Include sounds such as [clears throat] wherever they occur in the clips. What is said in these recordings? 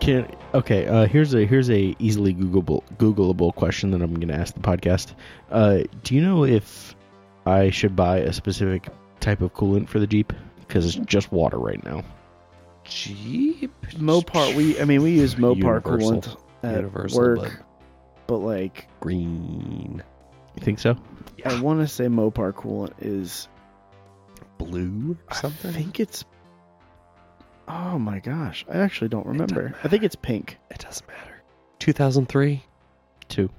Can okay. Uh, here's a here's a easily Googleable Googleable question that I'm going to ask the podcast. Uh, do you know if I should buy a specific type of coolant for the Jeep? Because it's just water right now. Jeep Mopar. We I mean we use Mopar Universal. coolant at Universal, work, but- but like green, You think so? I want to say Mopar coolant is blue, or I something. think it's. Oh my gosh, I actually don't remember. I think it's pink. It doesn't matter. 2003. Two.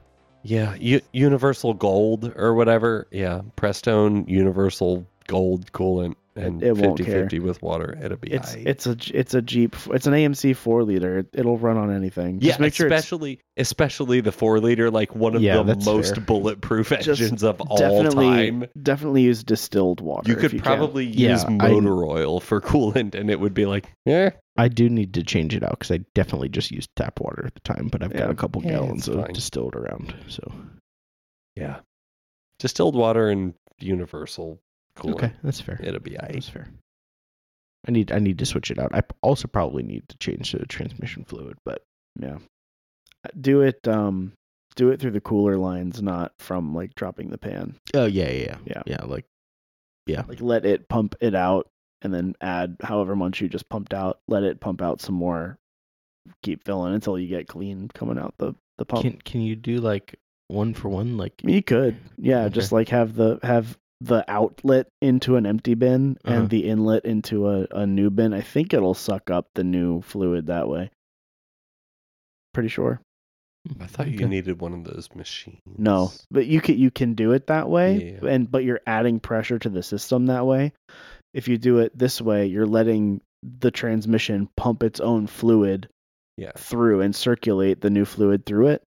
Yeah, U- Universal Gold or whatever. Yeah, Prestone Universal Gold coolant and It won't 50 50 with water. It'll be It's aight. it's a it's a Jeep. It's an AMC four liter. It'll run on anything. yeah, Just make sure it's especially especially the four liter, like one of Yeah, the that's most fair. bulletproof Just engines of all definitely time. definitely use distilled water. You if could can. probably Yeah, use I- motor oil for [laughs] coolant, and it would be like, "Eh, yeah, I do need to change it out because I definitely just used tap water at the time, but I've got Yeah. a couple Yeah, gallons it's of fine. distilled around. So yeah, distilled water and universal coolant. okay, that's fair. It'll be aight. That's fair. I need I need to switch it out. I p- also probably need to change the transmission fluid, but Yeah. Do it um do it through the cooler lines, not from like dropping the pan. oh yeah, yeah, yeah, Yeah. yeah like yeah, Like let it pump it out and then add however much you just pumped out, let it pump out some more. Keep filling until you get clean coming out the the pump. Can can you do like one for one? Like I mean, you could. Yeah, just like have the have the outlet into an empty bin Uh-huh. and the inlet into a, a new bin. I think it'll suck up the new fluid that way. Pretty sure. hmm, I thought you Okay. needed one of those machines. No, but you can you can do it that way, Yeah, yeah. and but you're adding pressure to the system that way. If you do it this way, you're letting the transmission pump its own fluid Yeah. through and circulate the new fluid through it,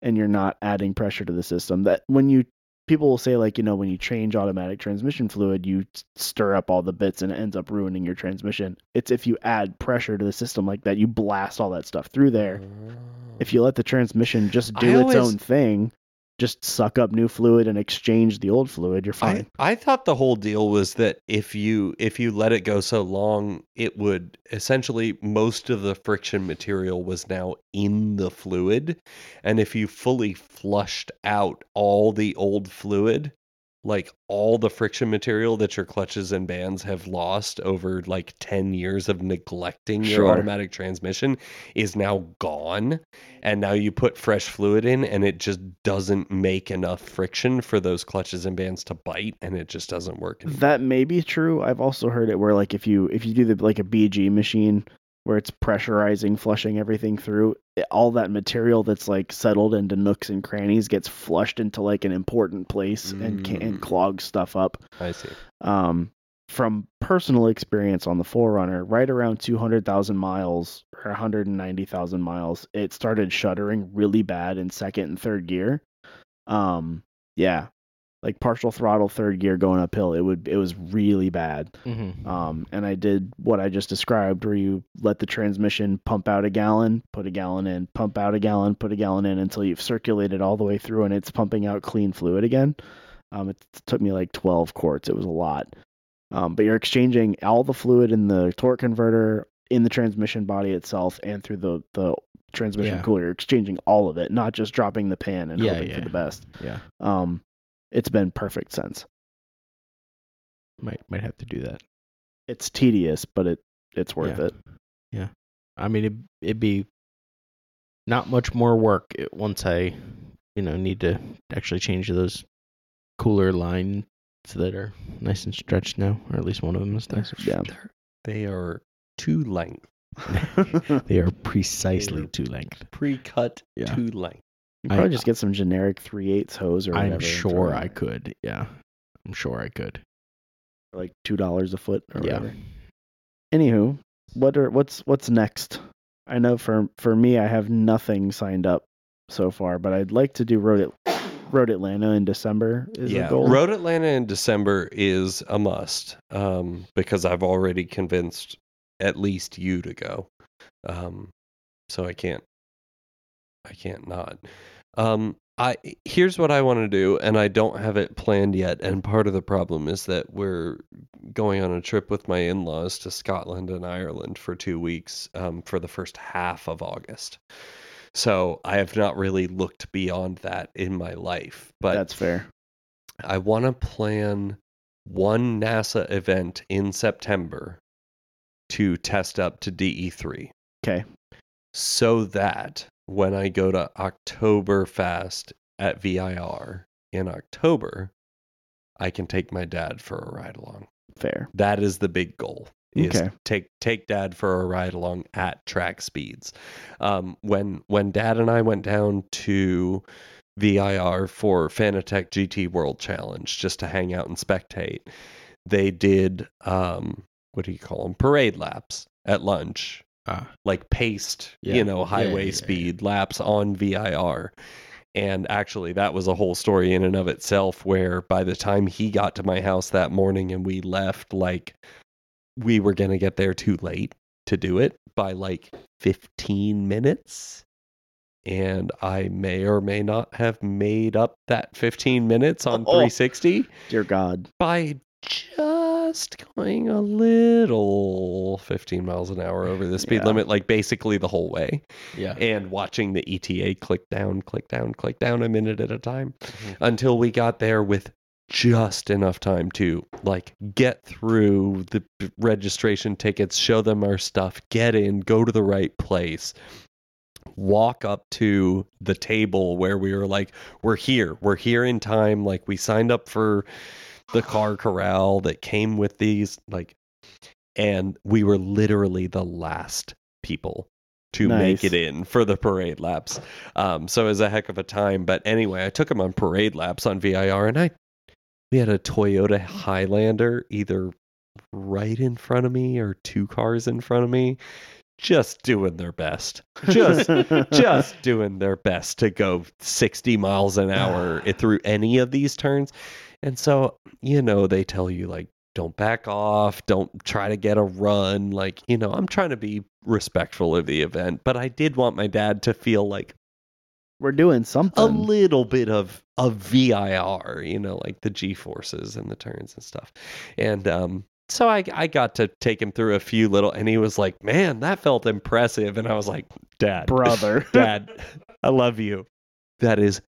and you're not adding pressure to the system. That when you people will say like you know when you change automatic transmission fluid, you s- stir up all the bits and it ends up ruining your transmission. It's if you add pressure to the system like that, you blast all that stuff through there if you let the transmission just Mm-hmm. I do its always- own thing, just suck up new fluid and exchange the old fluid, you're fine. I, I thought the whole deal was that if you if you let it go so long, it would essentially most of the friction material was now in the fluid, and if you fully flushed out all the old fluid, like all the friction material that your clutches and bands have lost over like 10 years of neglecting your Sure. automatic transmission is now gone and now you put fresh fluid in and it just doesn't make enough friction for those clutches and bands to bite and it just doesn't work anymore. That may be true. I've also heard it where like if you if you do the like a BG machine where it's pressurizing, flushing everything through, it- all that material that's like settled into nooks and crannies gets flushed into like an important place and can and Mm. clogs stuff up. i see um, from personal experience on the Forerunner, right around 200,000 miles or 190,000 miles, it started shuddering really bad in second and third gear. Um, yeah, like partial throttle third gear going uphill, it would it was really bad. Mm-hmm. Oh, Um, and I did what I just described, where you let the transmission pump out a gallon, put a gallon in, pump out a gallon, put a gallon in until you've circulated all the way through and it's pumping out clean fluid again. Um, it took me like 12 quarts. It was a lot. Um, but you're exchanging all the fluid in the torque converter, in the transmission body itself, and through the, the transmission Yeah. cooler. You're exchanging all of it, not just dropping the pan and Yeah, hoping yeah. for the best. yeah, Um, it's been perfect since. might might have to do that. It's tedious, but it it's worth Yeah. it. Yeah, I mean it it'd be not much more work it, once I you know need to actually change those cooler lines that are nice and stretched now, or at least one of them is nice. and Yeah. stretched. they are two length They are precisely to length. pre-cut Yeah. two length You I- probably just get some generic three eighths hose or whatever. I'm and sure throw it I in could. Yeah, I'm sure I could. for like two dollars a foot or Yeah. whatever. Anywho, what are what's what's next? I know for for me, I have nothing signed up so far, but I'd like to do Road At- Road Atlanta in December. Is a goal. Road Atlanta in December is a must um, because I've already convinced at least you to go. Um, so I can't, I can't not. Um, I here's what I want to do, and I don't have it planned yet. And part of the problem is that we're going on a trip with my in-laws to Scotland and Ireland for two weeks um, for the first half of August. So I have not really looked beyond that in my life, but That's fair. I want to plan one NASA event in September to test up to DE3 Okay. so that when I go to Oktoberfest at VIR in October, I can take my dad for a ride along. Fair. That is the big goal. Is Okay. take take dad for a ride along at track speeds. Um, when when dad and I went down to VIR for Fanatec GT World Challenge just to hang out and spectate, they did um, what do you call them parade laps at lunch Ah, like paced, Yeah. you know, Yeah, highway yeah, yeah, speed laps on VIR. And actually, that was a whole story in and of itself. Where by the time he got to my house that morning and we left, like we were going to get there too late to do it by like 15 minutes. And I may or may not have made up that 15 minutes on Oh. 360 Dear God. by just going a little 15 miles an hour over the speed Yeah. limit, like basically the whole way, yeah. and watching the ETA click down, click down, click down a minute at a time until we got there with just enough time to like get through the p- registration tickets, show them our stuff, get in, go to the right place. Walk up to the table where we were like, we're here, we're here in time. Like, we signed up for the car corral that came with these, like, and we were literally the last people to make Nice. it in for the parade laps. Um, so it was a heck of a time. But anyway, I took him on parade laps on VIR, and I we had a Toyota Highlander either right in front of me or two cars in front of me, just doing their best, [laughs] just just doing their best to go 60 miles an hour i- through any of these turns. And so, you know, they tell you like don't back off, don't try to get a run, like, you know, I'm trying to be respectful of the event, but I did want my dad to feel like We're doing something. a little bit of of VIR, you know, like the G forces and the turns and stuff. And um so I I got to take him through a few little and he was like, "Man, that felt impressive." And I was like, [laughs] "Dad, [laughs] Brother. Dad, I love you. That is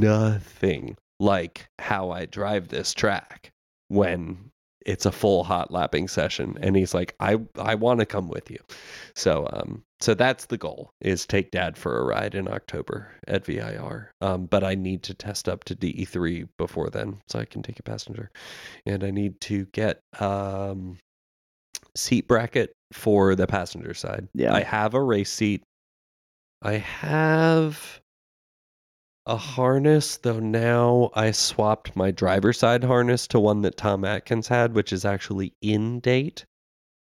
nothing like how I drive this track when it's a full hot lapping session. And he's like, I, I want to come with you. So, um, so that's the goal is take dad for a ride in October at VIR. Um, but I need to test up to DE3 before then so I can take a passenger and I need to get, um, seat bracket for the passenger side. Yeah. I have a race seat. I have a harness, though now I swapped my driver side harness to one that Tom Atkins had, which is actually in date.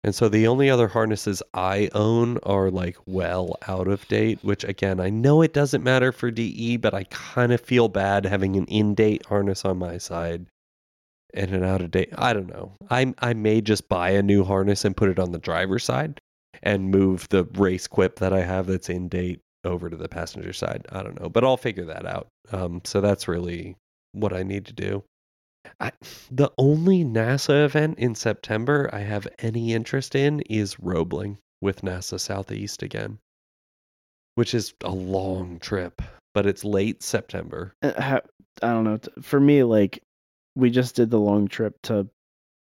And so the only other harnesses I own are like well out of date, which again, I know it doesn't matter for DE, but I kind of feel bad having an in date harness on my side and an out of date. I don't know. I I may just buy a new harness and put it on the driver's side and move the race quip that I have that's in date over to the passenger side. I don't know, but I'll figure that out. Um, so that's really what I need to do. I, the only NASA event in September I have any interest in is Roebling with NASA Southeast again, which is a long trip, but it's late September. Uh, ha- I don't know. t- For me, like we just did the long trip to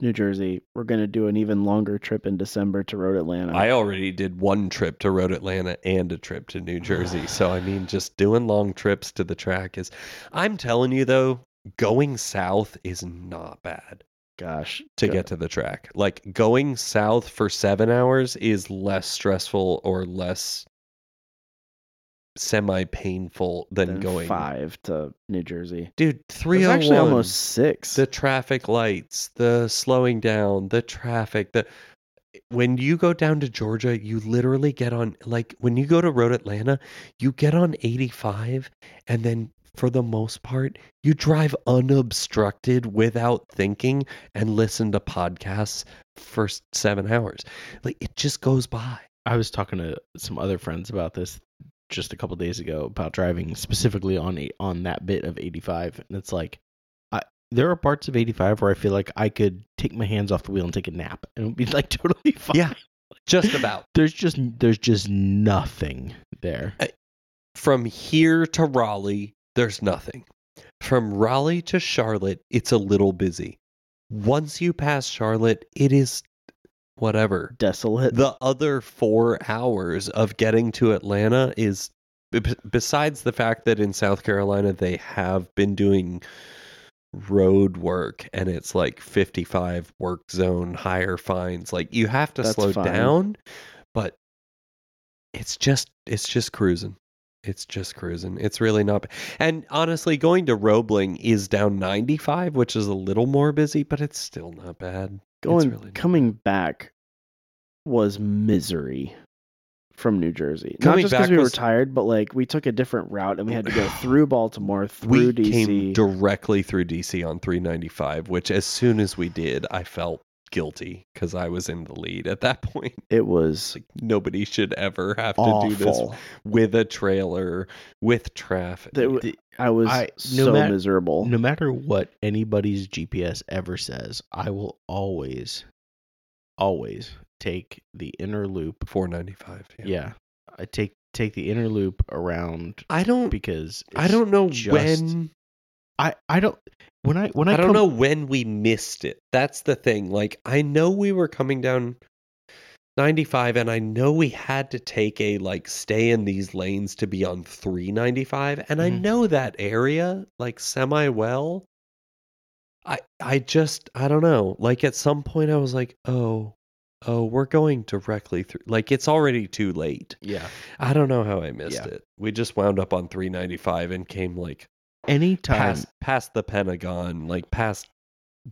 New Jersey. We're gonna do an even longer trip in December to Road Atlanta. I already did one trip to Road Atlanta and a trip to New Jersey. So I mean just doing long trips to the track is I'm telling you though, going south is not bad Gosh, to go- get to the track. Like going south for 7 hours is less stressful or less semi painful than, then going five to New Jersey. Dude, It was 301 actually almost six. the traffic lights, the slowing down, the traffic, the eh, when you go down to Georgia, you literally get on like when you go to Road Atlanta, you get on 85 and then for the most part, you drive unobstructed without thinking and listen to podcasts for s- 7 hours. Like it just goes by. I was talking to some other friends about this just a couple days ago about driving specifically on a, on that bit of 85, and it's like I there are parts of 85 where I feel like I could take my hands off the wheel and take a nap, and it would be like [laughs] totally fine. Yeah. Just about. There's just there's just nothing [laughs] there. From here to Raleigh, there's nothing. From Raleigh to Charlotte, it's a little busy. Once you pass Charlotte, it is whatever. Desolate. The other four hours of getting to Atlanta is, b- besides the fact that in South Carolina they have been doing road work and it's like 55 work zone higher fines. Like you have to That's slow fine. down, but it's just it's just cruising. It's just cruising. It's really not. b- And honestly, going to Roebling is down 95, which is a little more busy, but it's still not bad. Going really not coming back was misery from New Jersey. Coming Not just because back we were was- tired, but like we took a different route and we had [clears throat] to go through Baltimore, through we DC. came directly through DC on 395, which as soon as we did, I felt guilty because I was in the lead at that [laughs] point. it was Like nobody should ever have to do this awful. with a trailer, with traffic. That w- I was I- no so mat- miserable. No matter what anybody's GPS ever says, I will always, always take the inner loop. 495. Yeah, I take take the inner loop around I don't because I it's don't know just- when I I don't when I when I, I don't come- know when we missed it. That's the thing. Like I know we were coming down 95 and I know we had to take a like stay in these lanes to be on 395 and I Mhm. know that area like semi well. I I just I don't know. Like at some point I was like, "Oh, oh, we're going directly through like it's already too late." Yeah, I don't know how I missed Yeah. it. We just wound up on 395 and came like anytime past past the Pentagon, like past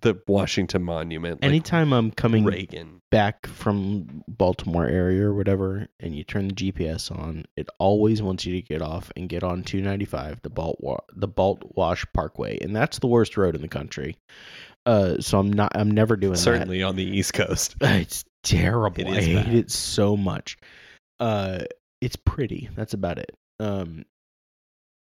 the Washington Monument, like anytime I'm coming Reagan. back from Baltimore area or whatever, and you turn the GPS on, it always wants you to get off and get on 295, the Balt Wa- the Balt Wash Parkway, and that's the worst road in the country. Uh, so I'm not, I'm never doing that. Certainly on the East Coast. [laughs] It's terrible. It I is hate bad. it so much. Uh, it's pretty. That's about it. Um,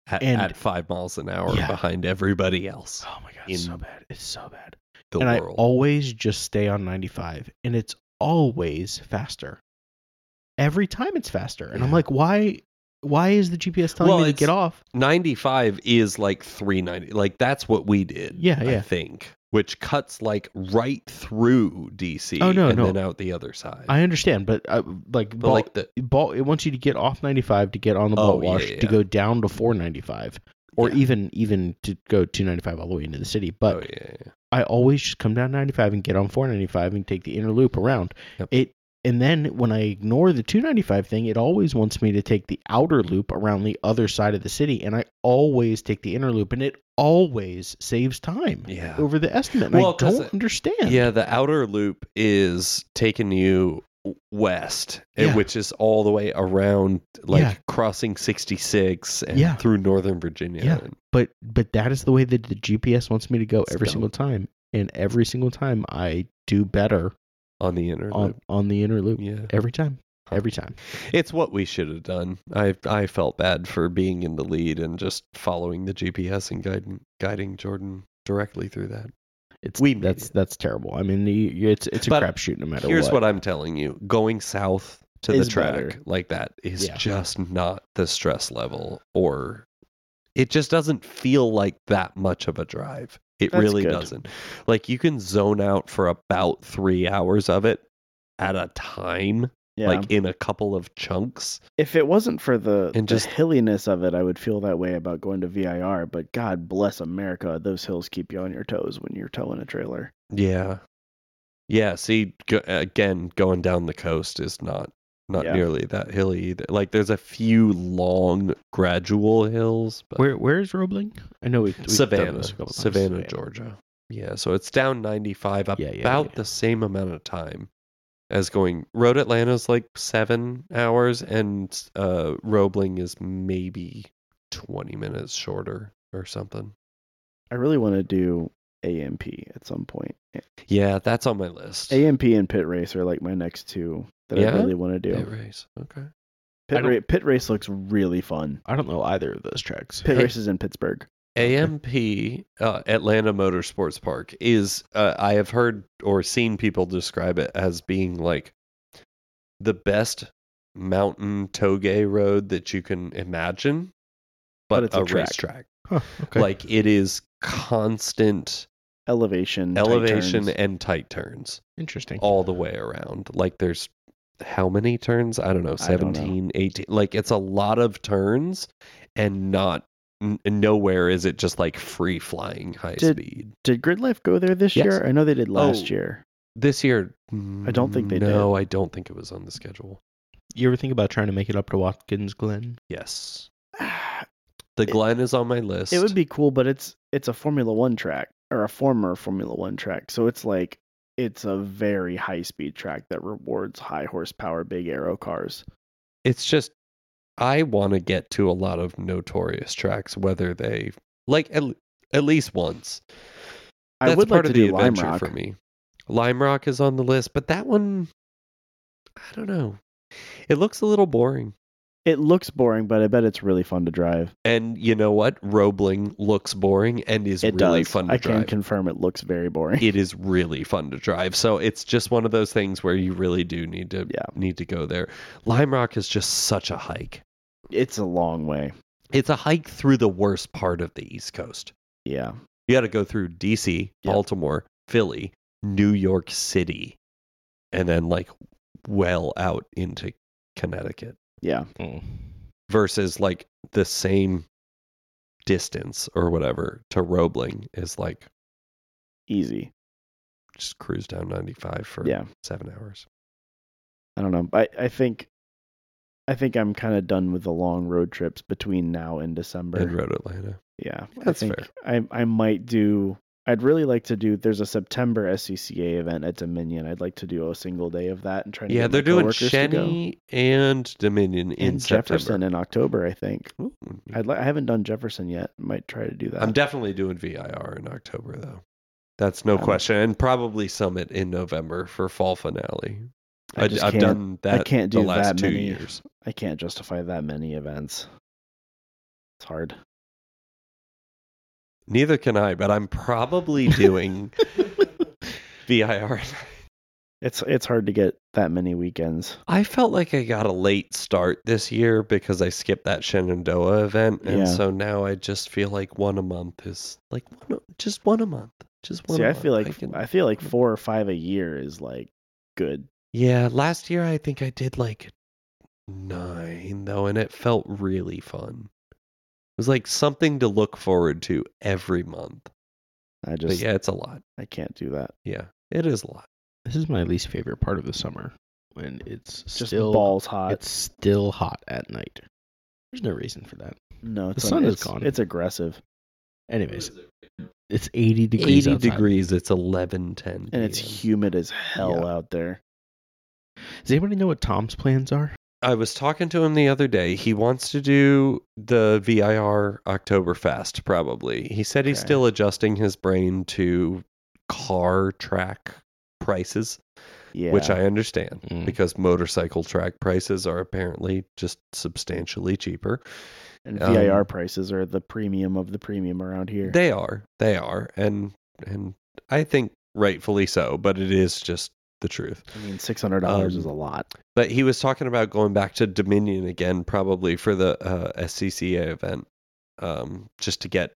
At, And- at five miles an hour Yeah. behind everybody else oh my god, In it's so bad. It's so bad. the and world. I always just stay on 95, and it's always faster. Every time it's faster, and I'm Yeah. like, why? Why is the GPS telling Well, me to it's- get off? 95 is like 390. Like that's what we did. Yeah, I yeah. think. Which cuts like right through DC Oh, no, and no. then out the other side. I understand, but uh, like, but ball, like the ball, it wants you to get off 95 to get on the Oh, ball wash yeah, to yeah. go down to 495, or Yeah. even even to go 295 all the way into the city. But oh, yeah, yeah. I always just come down 95 and get on 495 and take the inner loop around. Yep. It and then when I ignore the 295 thing, it always wants me to take the outer loop around the other side of the city, and I always take the inner loop, and it always saves time Yeah. over the estimate. and Well, I 'cause don't it- understand. Yeah, the outer loop is taking you west, eh, Yeah. which is all the way around, like Yeah. crossing 66 and Yeah. through northern Virginia. Yeah. but but that is the way that the GPS wants me to go It's every dumb. single time, and every single time I do better on the inner on loop. on the inner loop Yeah, every time, every time. it's what we should have done. I I felt bad for being in the lead and just following the GPS and guiding guiding Jordan directly through that. It's We made that's that's terrible. I mean, you, it's it's a But crapshoot no matter Here's what. what. I'm telling you: going south to the Is track better. like that is Yeah. just not the stress level, or it just doesn't feel like that much of a drive. It That's really good. doesn't. Like you can zone out for about three hours of it at a time, yeah. like in a couple of chunks. if it wasn't for the, And the just- hilliness of it, I would feel that way about going to VIR. But God bless America, those hills keep you on your toes when you're towing a trailer. Yeah, yeah. See, go, again, going down the coast is not not Yeah. nearly that hilly either. Like there's a few long gradual hills, but. Where where is Roebling? I know we we've done Savannah, this a couple times. Savannah, Georgia. Yeah, so it's down 95, about Yeah, yeah, yeah. the same amount of time as going. Road Atlanta's like seven hours, and uh, Roebling is maybe 20 minutes shorter or something. I really want to do AMP at some point. Yeah, that's on my list. AMP and Pit Race are like my next two that Yeah? I really want to do. Pit race. Okay. I Pit, don't- ra- pit race looks really fun. I don't know either of those tracks. Pit [laughs] Hey. race is in Pittsburgh. AMP uh, Atlanta Motorsports Park is uh, I have heard or seen people describe it as being like the best mountain toge road that you can imagine, but, it's a, a track. racetrack. Huh, okay. Like it is constant Elevation. tight elevation turns. and tight turns interesting. all the way around. Like there's how many turns? I don't know, I don't know. 17, 18. Like it's a lot of turns and not n- nowhere is it just like free flying high Did- speed. Did Grid Life go there this Yes. year? I know they did last Oh. [sighs] year. [sighs] This year I don't think they no, No, I don't think it was on the schedule. You ever think about trying to make it up to Watkins Glen? Yes. The Glen is on my list. It would be cool, but it's it's a Formula One track or a former Formula One track. So it's like it's a very high speed track that rewards high horsepower big aero cars. it's just I want to get to a lot of notorious tracks whether they like at, l- at least once. I would like to do Lime Rock. for me. Lime Rock is on the list, but that one, I don't know. It looks a little boring. It looks boring, but I bet it's really fun to drive. And you know what? Roebling looks boring and is It really does. fun to I can drive. [laughs] confirm it looks very boring. it is really fun to drive. So it's just one of those things where you really do need to Yeah. need to go there. Lime Rock is just such a hike. [laughs] It's a long way. It's a hike through the worst part of the East Coast. Yeah. You got to go through DC, Yep. Baltimore, Philly, New York City, and then like well out into Connecticut Yeah. [laughs] Mm. versus like the same distance or whatever to Roebling is like Easy. just cruise down 95 for Yeah. seven hours. I don't know. I, I think I think I'm kind of done with the long road trips between now and December. And Road Atlanta. Yeah, That's I think I I might do. I'd really like to do. There's a September SCCA event at Dominion. I'd like to do a single day of that and try. To Yeah, get my they're doing coworkers to go. Shenny and Dominion in and Jefferson September. in October. I think. Ooh. I'd li- I haven't done Jefferson yet. Might try to do that. I'm definitely doing VIR in October though. That's no Um, question, and probably Summit in November for fall finale. I I just have can't- done that. can't the do last that two many. years. I can't justify that many events. It's hard. Neither can I, but I'm probably [laughs] doing VIR. It's it's hard to get that many weekends. I felt like I got a late start this year because I skipped that Shenandoah event, and Yeah. so now I just feel like one a month is like one, a- just one a month, just one. See, a I month. feel like I, can- feel like four or five a year is like good. yeah. Last year I think I did like nine though, and it felt really fun. It was like something to look forward to every month. I just but yeah, it's a lot. I can't do that. Yeah, it is a lot. This is my least favorite part of the summer when it's Just still balls hot. it's still hot at night. There's no reason for that. no, it's sun is it's- gone. It's aggressive. Anyways, it's 80 degrees. 80 outside. degrees. It's 1110. and it's humid as hell Yeah. out there. Does anybody know what Tom's plans are? I was talking to him the other day. He wants to do the VIR Oktoberfest, probably. He said he's Okay. still adjusting his brain to car track prices, Yeah, which I understand Mm. because motorcycle track prices are apparently just substantially cheaper. and um, VIR prices are the premium of the premium around here. They are. They are. And and I think rightfully so, but it is just the truth. I mean, six hundred dollars Um, is a lot. But he was talking about going back to Dominion again, probably for the uh, SCCA event, um, just to get,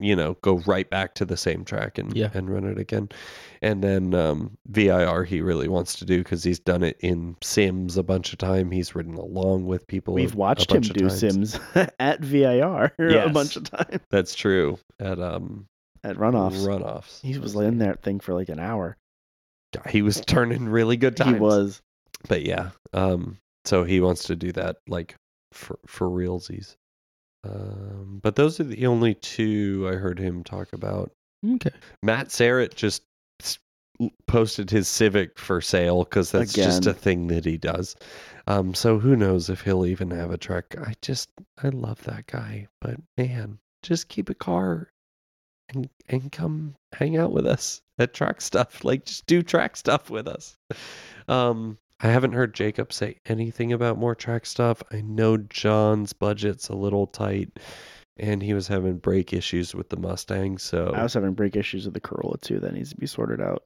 you know, go right back to the same track and Yeah. and run it again. And then um, VIR he really wants to do because he's done it in Sims a bunch of time. He's ridden along with people. We've a- a watched him bunch of do times. Sims [laughs] at VIR [laughs] a Yes. bunch of times That's true. At um, at runoffs. runoffs. He was in that thing for like an hour. He was turning really good times. He was. but yeah um so he wants to do that like for for realsies um but those are the only two i heard him talk about Okay. matt Sarrett just s- posted his civic for sale because that's just a Again. thing that he does um so who knows if he'll even have a truck i just i love that guy but man just keep a car and and come [laughs] hang out with us at track stuff like just do track stuff with us um I haven't heard Jacob say anything about more track stuff. I know John's budget's a little tight and he was having brake issues with the Mustang, so I was having brake issues with the Corolla too. That needs to be sorted out.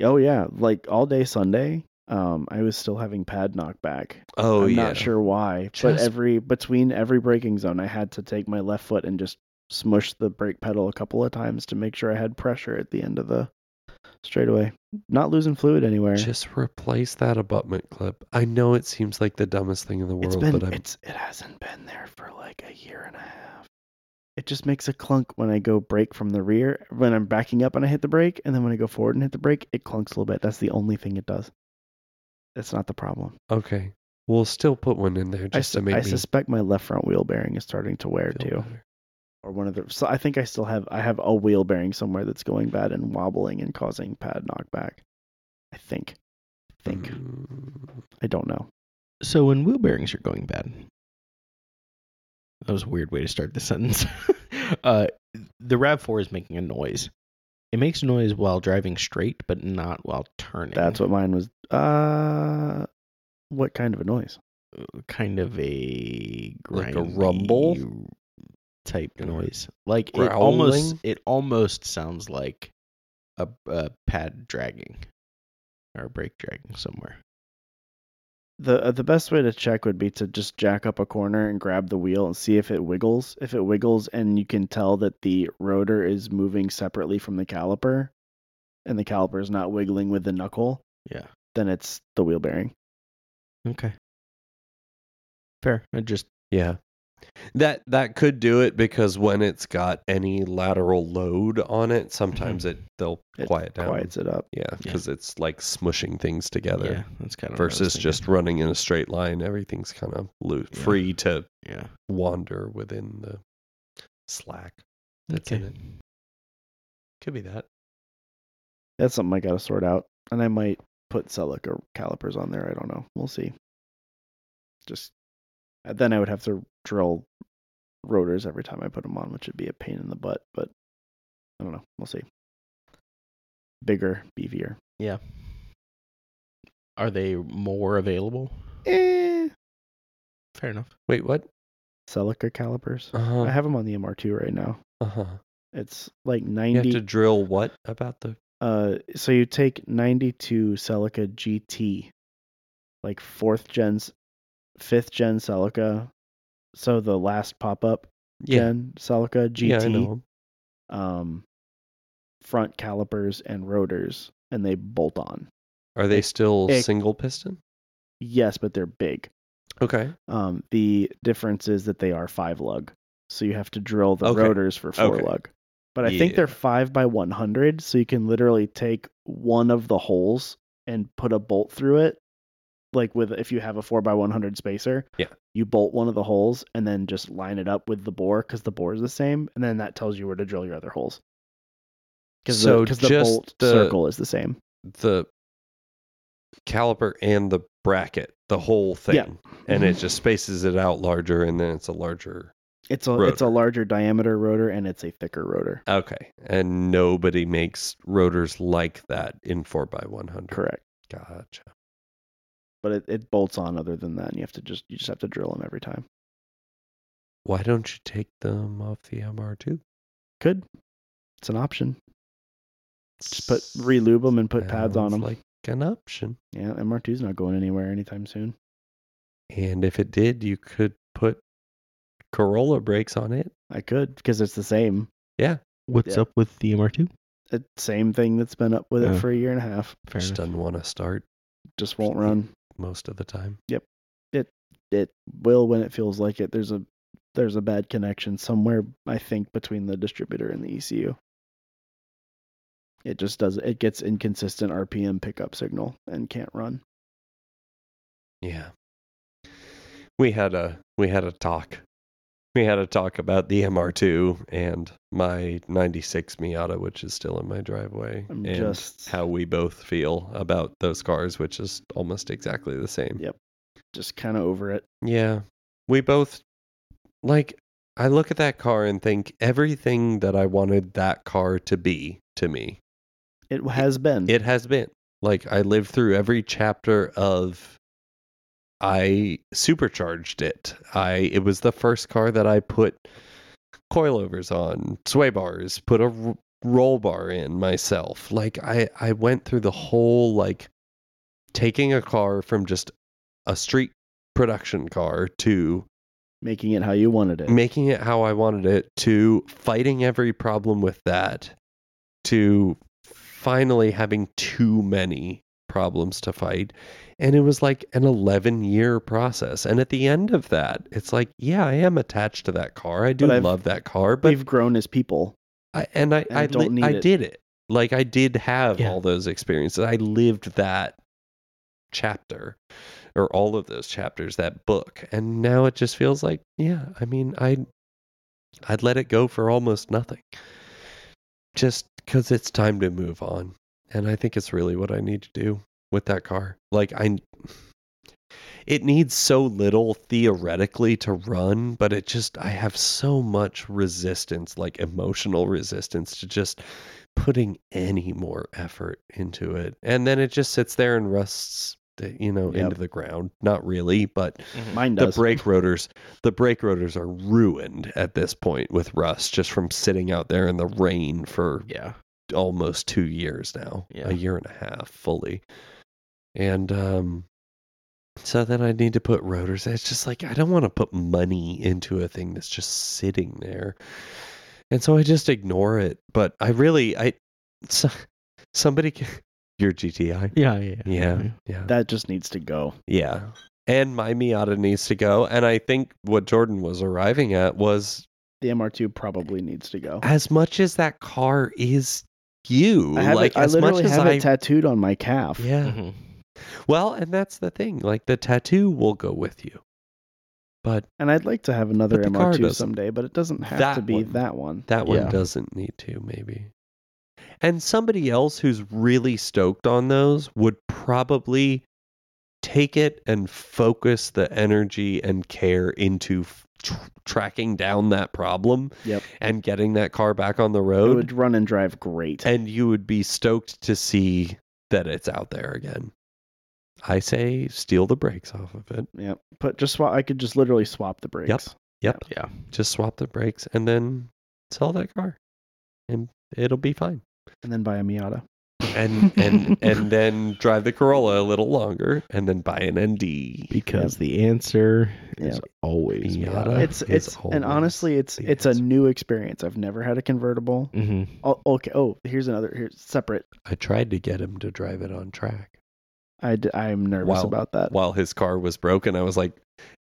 Oh yeah, like all day Sunday, um, I was still having pad knockback. oh I'm yeah. not sure why, but Just- every between every braking zone, I had to take my left foot and just smush the brake pedal a couple of times to make sure I had pressure at the end of the straightaway. Not losing fluid anywhere. Just replace that abutment clip. I know it seems like the dumbest thing in the it's world, been but I'm it's it hasn't been there for like a year and a half. It just makes a clunk when I go brake from the rear when I'm backing up and I hit the brake, and then when I go forward and hit the brake, it clunks a little bit. That's the only thing it does. That's not the problem. okay. We'll still put one in there I, just to sus- make I me suspect my left front wheel bearing is starting to wear feel too. better. or one of the so I think I still have I have a wheel bearing somewhere that's going bad and wobbling and causing pad knockback. I think. I think. Mm, I don't know. So when wheel bearings are going bad, that was a weird way to start the [laughs] sentence. uh, the Rav Four is making a noise. It makes noise while driving straight, but not while turning. That's what mine was uh what kind of a noise? kind of a Like a grindy rumble? type Kind of a noise. Like it almost growling? it almost sounds like a, a pad dragging or a brake dragging somewhere. The uh, the best way to check would be to just jack up a corner and grab the wheel and see if it wiggles. If it wiggles and you can tell that the rotor is moving separately from the caliper and the caliper is not wiggling with the knuckle, Yeah. then it's the wheel bearing. Okay. Fair. I just Yeah. That that could do it because when it's got any lateral load on it, sometimes it they'll Mm-hmm. It quiet down. Quiets it up. Yeah, Yeah. because it's like smushing things together. yeah, that's kind of what I was versus thinking. just running in a straight line. Everything's kind of loose, Yeah. free to yeah. wander within the slack that's okay. in it. Could be that. That's something I got to sort out. And I might put Celica calipers on there. I don't know. We'll see. Just uh, then I would have to drill rotors every time I put them on, which would be a pain in the butt. But I don't know. We'll see. Bigger, beevier. Yeah. Are they more available? Eh, Fair enough. Wait, what? Celica calipers. I Uh-huh. have them on the MR2 right now. Uh-huh. It's like You have to 90. drill what about the Uh, so you take 92 Celica GT, like fourth gens, fifth gen Celica. So the last pop up yeah, gen Celica GT, yeah, I know. um, front calipers and rotors, and they bolt on. Are they It- still it- single piston? Yes, but they're big. Okay. Um, the difference is that they are five lug, so you have to drill the Okay. rotors for four Okay. lug. But I think they're Yeah. five by one hundred, so you can literally take one of the holes and put a bolt through it. Like with if you have a four by one hundred spacer, Yeah. you bolt one of the holes and then just line it up with the bore because the bore is the same, and then that tells you where to drill your other holes. Because So the, 'cause the just bolt the- circle is the same. The caliper and the bracket, the whole thing. And Mm-hmm. it just spaces it out larger and then it's a larger It's a it's a rotor. larger diameter rotor and it's a thicker rotor. Okay. And nobody makes rotors like that in 4x100. Correct. Gotcha. but it, it bolts on other than that and you have to just you just have to drill them every time Why don't you take them off the MR2? could it's an option just put relube them and put pads on Sounds them Like an option. yeah mr2's not going anywhere anytime soon And if it did, you could put Corolla brakes on it. i could because it's the same What's Yeah. up with the MR2? it, same thing that's been up with it Yeah. for a year and a half Fair Just enough. doesn't want to start just won't run most of the time. it will when it feels like it there's a there's a bad connection somewhere i think between the distributor and the ecu it just does it gets inconsistent rpm pickup signal and can't run Yeah. We had a we had a talk. We had a talk about the MR2 and my 96 Miata which is still in my driveway i'm and just how we both feel about those cars which is almost exactly the same. Yeah. just kind of over it Yeah. We both like I look at that car and think everything that I wanted that car to be to me. It has been. It has been. Like I lived through every chapter of I supercharged it. I it was the first car that I put coilovers on, sway bars, put a r- roll bar in myself. Like I I went through the whole like taking a car from just a street production car to making it how you wanted it. making it how I wanted it to fighting every problem with that to finally having too many problems to fight. And it was like an 11 year process. And at the end of that, it's like, yeah, I am attached to that car. I do I've- love that car, but We've grown as people. I, and I, and I, don't li- need I it. did it. Like I did have Yeah. all those experiences. I lived that chapter or all of those chapters, that book. And now it just feels like, yeah, I mean, I, I'd let it go for almost nothing just because it's time to move on. And I think it's really what I need to do with that car. Like I, it needs so little theoretically to run, but it just, I have so much resistance, like emotional resistance to just putting any more effort into it. And then it just sits there and rusts, eh, you know, Yep. into the ground. Not really, but Mine Mm. the does. brake rotors the brake rotors are ruined at this point with rust just from sitting out there in the rain for Yeah. almost two years now, Yeah. a year and a half fully. And um, so then I need to put rotors. It's just like I don't want to put money into a thing that's just sitting there, and so I just ignore it. But I really, I so, somebody can, your GTI, Yeah. Yeah. yeah, yeah, that just needs to go. yeah. And my Miata needs to go. And I think what Jordan was arriving at was The MR2 probably needs to go. as much as that car is you, I have like it, I as literally much as have I, it tattooed on my calf. yeah. Mhm. Well, and that's the thing. Like the tattoo will go with you, but And I'd like to have another But the car MR2 doesn't. someday, but it doesn't have That to be one. that one. that one Yeah. doesn't need to. Maybe. And somebody else who's really stoked on those would probably take it and focus the energy and care into f- tr- tracking down that problem Yep. and getting that car back on the It road. would run and drive great. and you would be stoked to see that it's out there again. I say steal the brakes off of it. Yep. But just swap, I could just literally swap the brakes. Yeah. Just swap the brakes and then sell that car. And it'll be fine. And then buy a Miata. [laughs] And and [laughs] and then drive the Corolla a little longer and then buy an ND. Because the answer is Yeah. always Miata. Miata. It's It's it's and always honestly it's the it's a answer. Mm. new experience. I've never had a convertible. Mhm. Oh, okay. Oh, here's another here's separate. I tried to get him to drive it on track. I d- I'm nervous Wow. about that. Uh, While his car was broken, I was like,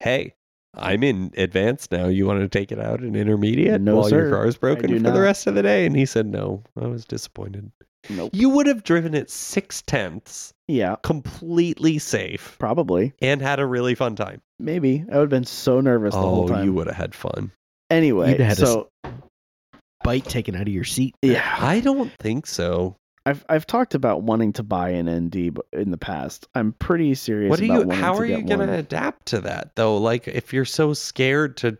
"Hey, I'm in advance now. You want to take it out in intermediate No, while sir. your car is broken do for not." the rest of the day?" And he said, "No." I was disappointed. Nope. You would have driven it six tenths, Yeah, completely safe, probably. and had a really fun time. Maybe. I would have been so nervous the whole Oh, time. you would have had fun. Anyway, You'd had a s- so Bite taken out of your seat. yeah, I don't think so. I've I've talked about wanting to buy an ND b- in the past. I'm pretty serious What are about you? wanting How to are you get going to one. adapt to that though? Like, if you're so scared to,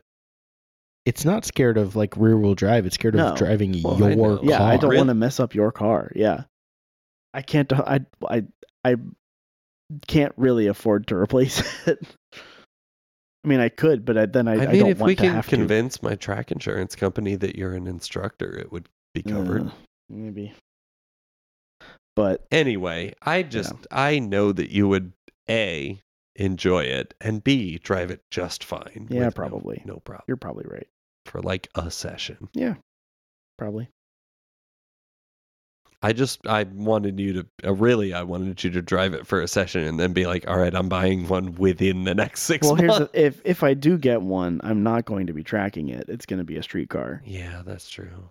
It's not scared of like rear wheel drive. It's scared No. of driving Well, I your know. car. Yeah, I don't Really? want to mess up your car. Yeah. I can't [laughs] I I I can't really afford to replace [laughs] it. I mean, I could, but I, then I, I, I, mean, don't if want we to can have convince my track insurance company that you're an instructor, it would be to. covered. Uh, maybe. But Anyway, I just I know that you would a enjoy it and b drive it just fine. with Yeah, no- probably. no problem you're probably right. for like a session. Probably. I just I wanted you to uh, really I wanted you to drive it for a session and then be like, all right, I'm buying one within the next six well, here's months. the, if if I do get one, I'm not going to be tracking it. It's going to be a street car. yeah, that's true.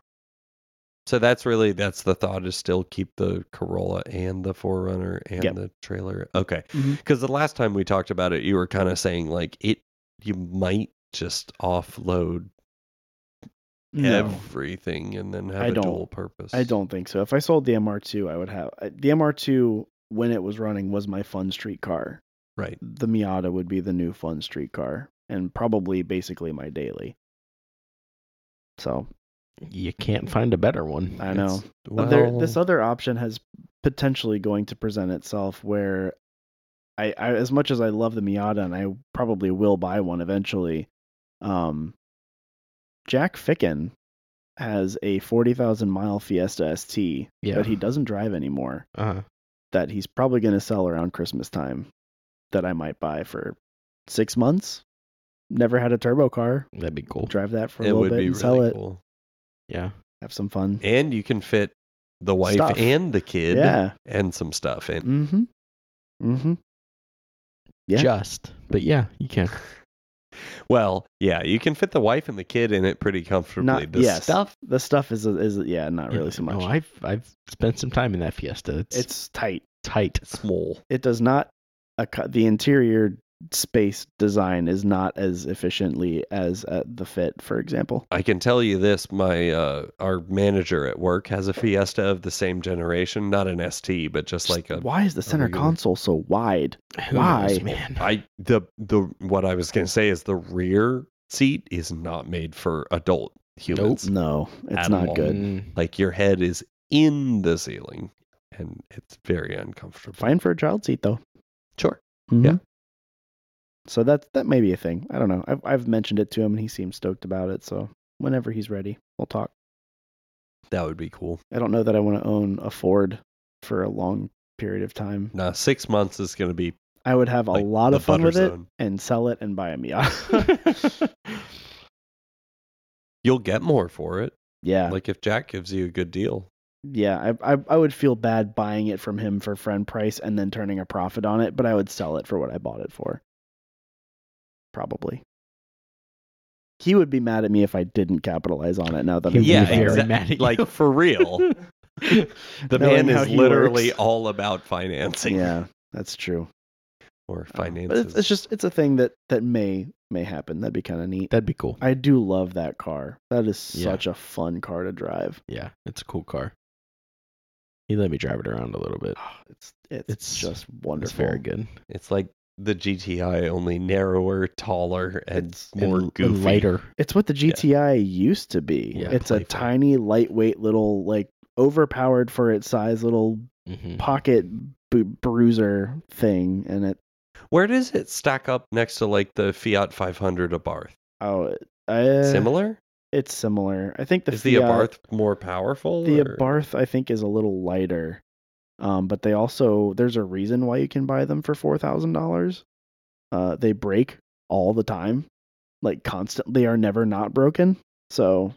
So that's really that's the thought is still keep the Corolla and the Forerunner and Yep. the trailer. Okay, Mhm. because the last time we talked about it, you were kind of saying like it you might just offload No, everything and then have I a don't- dual purpose. I don't think so. If I sold the MR2, I would have I- the MR2 when it was running was my fun street car. Right. The Miata would be the new fun street car and probably basically my daily. So you can't find a better one. I know. It's- But there, well, this other option has potentially going to present itself where I, I as much as I love the Miata and I probably will buy one eventually, um, Jack Ficken has a 40,000 mile Fiesta ST Yeah. that he doesn't drive anymore uh, that he's probably going to sell around Christmas time that I might buy for six months. Never had a turbo car. that'd be cool. Drive that for it a little would bit be and sell really it. cool. Yeah. Have some fun. And you can fit the wife Stuff. and the kid Yeah. and some stuff in. Mm-hmm. Mm-hmm. Yeah. Just. But yeah, you can. Well, yeah, you can fit the wife and the kid in it pretty comfortably. Not the yes. stuff The stuff is is yeah, not really so much. No, Oh, I've I've spent some time in that Fiesta. It's, it's tight. tight. small. It does not acco- the interior space design is not as efficiently as uh, the Fit, for example. I can tell you this: my uh, our manager at work has a Fiesta of the same generation, not an ST, but just like a. why is the center regular- console so wide? Who Why? knows, man? I the the what I was gonna say is the rear seat is not made for adult humans. No, it's At not all. good. Mm, Like your head is in the ceiling, and it's very uncomfortable. Fine for a child seat though. Sure. Mhm. Yeah. So that that may be a thing. I don't know. I've I've mentioned it to him and he seems stoked about it. So whenever he's ready, we'll talk. That would be cool. I don't know that I want to own a Ford for a long period of time. Now six months is gonna be I would have a like, lot the of fun butter with it zone. and sell it and buy [laughs] a Miata. [laughs] You'll get more for it. yeah, Like if Jack gives you a good deal. yeah. I, I I would feel bad buying it from him for friend price and then turning a profit on it, but I would sell it for what I bought it for. Probably. He would be mad at me if I didn't capitalize on it. Now that He I would be Yeah, think about very it. exact- mad at Like you. for [laughs] real. The Knowing man how is he literally works. all about financing Yeah, that's true. or Uh, but finances. it's, it's just it's a thing that that may may happen. That'd be kind of neat. That'd be cool. I do love that car. That is Yeah. such a fun car to drive. yeah, it's a cool car. He let me drive it around a little bit. It's it's, It's- just wonderful. It's very good. It's like the GTI, only narrower, taller, and It's- more and, goofy. and lighter. It's what the GTI used to be. Yeah, it's a playful. tiny, lightweight little, like overpowered for its size, little hmm pocket bu- bruiser thing, and it Where does it stack up next to like the Fiat 500 Abarth? oh, it- uh, Similar? It's similar. I think the is the Fiat, Abarth more powerful? the or- Abarth, I think, is a little lighter. Um, but they also there's a reason why you can buy them for four thousand dollars. Uh, they break all the time, like constant. They are never not broken. So,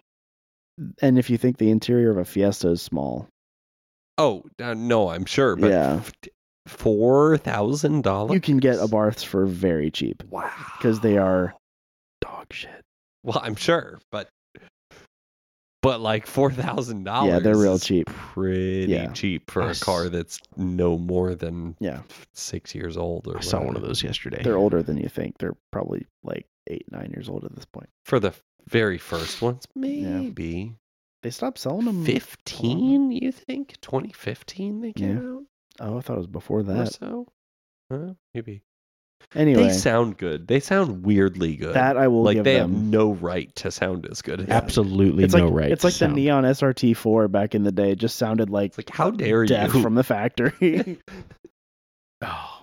and if you think the interior of a Fiesta is small, Oh, uh, no, I'm sure. But Yeah. f- $4,000? you can get Abarths for very cheap Wow. because they are dog shit. Well, I'm sure, but. But like four thousand dollars, Yeah, they're real cheap. Pretty Yeah. cheap for a Nice. car that's no more than [laughs] Yeah. six years old. Or I saw one of whatever. those yesterday. They're older than you think. They're probably like eight, nine years old at this point. for the very first ones, maybe They stopped selling Mm-hmm. them. 15 you think 2015 they came out Oh, I thought it was before or that. so Huh? maybe Anyway, they sound good they sound weirdly good that I will like give they them. have no right to sound as good as [laughs] they- Absolutely it's no like right. it's like to the sound. neon SRT4 back in the day. It just sounded like it's like how dare death you [laughs] from the factory. [laughs] Oh,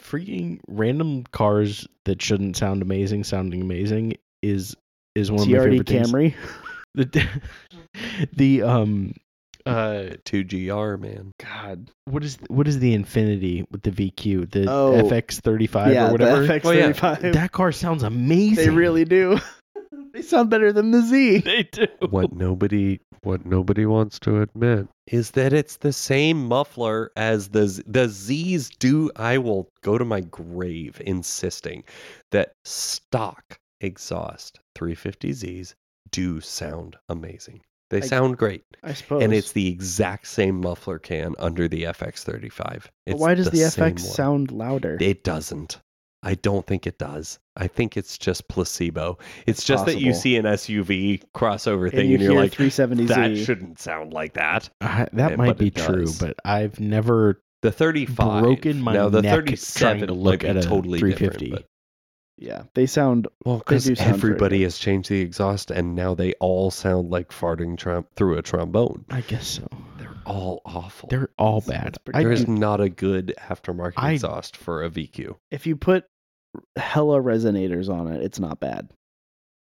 freaking random cars that shouldn't sound amazing sounding amazing is is one of my TRD favorite things. Camry. The, [laughs] the um uh 2gr man God. what is what is the Infinity with the VQ the Oh. FX thirty five yeah, or whatever the Well, Oh, yeah. FX35. that car sounds amazing they really do. [laughs] they sound better than the [laughs] Z. they do [laughs] what nobody what nobody wants to admit is that it's the same muffler as the Z- the Z's do I will go to my grave insisting that stock exhaust 350Z's do sound amazing. They I- sound great. I suppose. And it's the exact same muffler can under the FX35. But It's why does the, same FX one. sound louder? It doesn't. I don't think it does. I think it's just placebo. It's just that you possible. see an SUV crossover and thing you and, hear you're like, 370Z. that shouldn't sound like that. I, that Yeah, might Eh, but be it true does. but I've never The 35 Broken my now the neck 37 trying to might look be at a totally 350. Different, Yeah, they sound Well, They because do sound very everybody good. has changed the exhaust, and now they all sound like farting trom- through a trombone. I guess so. They're all awful. They're all It's- bad. it's pretty I There good. do- is not a good aftermarket I- exhaust for a VQ. if you put hella resonators on it, it's not bad.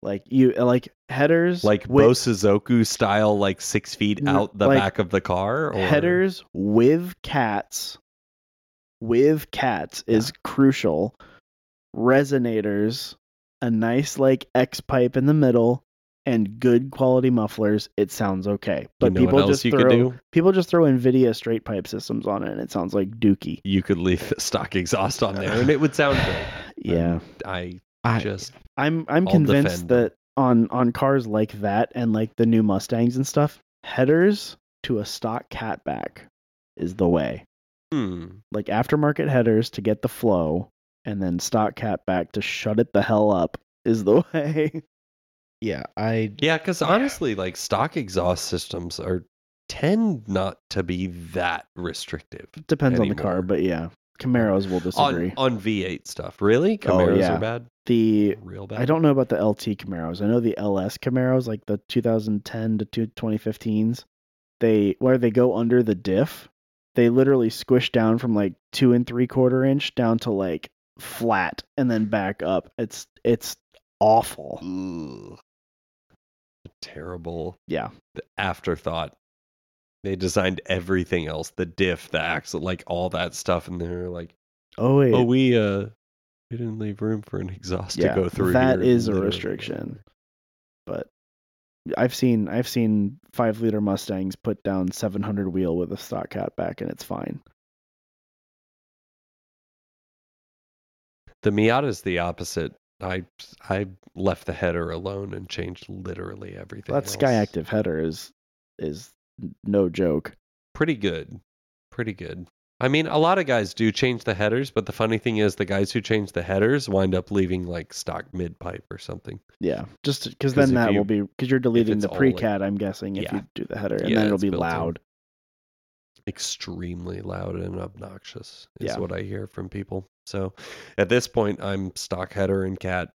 Like you like headers Like with Bo Suzuku style, like six feet N- out the like, back of the car. Or... headers with cats with cats is crucial. Resonators, a nice like X pipe in the middle, and good quality mufflers, it sounds okay. You But know people what else just you throw could do? people just throw NVIDIA straight pipe systems on it and it sounds like dookie. You could leave the stock exhaust on there, and it would sound great. Yeah. I I, just I'm I'm I'll convinced defend them. that on on cars like that and like the new Mustangs and stuff, headers to a stock catback is the way. hmm. Like aftermarket headers to get the flow, and then stock catback to shut it the hell up is the [laughs] way. yeah, I Yeah, because honestly, like stock exhaust systems are tend not to be that restrictive. Depends on the car, Anymore. but yeah, Camaros will disagree. On on V8 stuff, really? Oh, Camaros yeah. are bad, the real bad. I don't know about the LT Camaros. I know the LS Camaros, like the 2010 to two- 2015s. They where they go under the diff, they literally squish down from like two and three quarter inch down to like flat, and then back up. It's it's awful. Ugh. A terrible Yeah, afterthought. They designed everything else, the diff, the axle, like all that stuff, and they're like, Oh wait. "Oh, we uh, we didn't leave room for an exhaust yeah, to go through." That here," is a literally. restriction. But I've seen I've seen five liter Mustangs put down 700 wheel with a stock catback, and it's fine. The Miata's the opposite. I I left the header alone and changed literally everything. That else. Sky Active header is is no joke. pretty good. Pretty good. I mean, a lot of guys do change the headers, but the funny thing is, the guys who change the headers wind up leaving like stock mid pipe or something. Yeah, just because 'Cause then if that you- will be because you're deleting it's the all, like- pre-cat. I'm guessing if Yeah. you do the header, and Yeah, then it'll it's be built in. loud. Extremely loud and obnoxious is Yeah. what I hear from people. So at this point, I'm stock header and cat,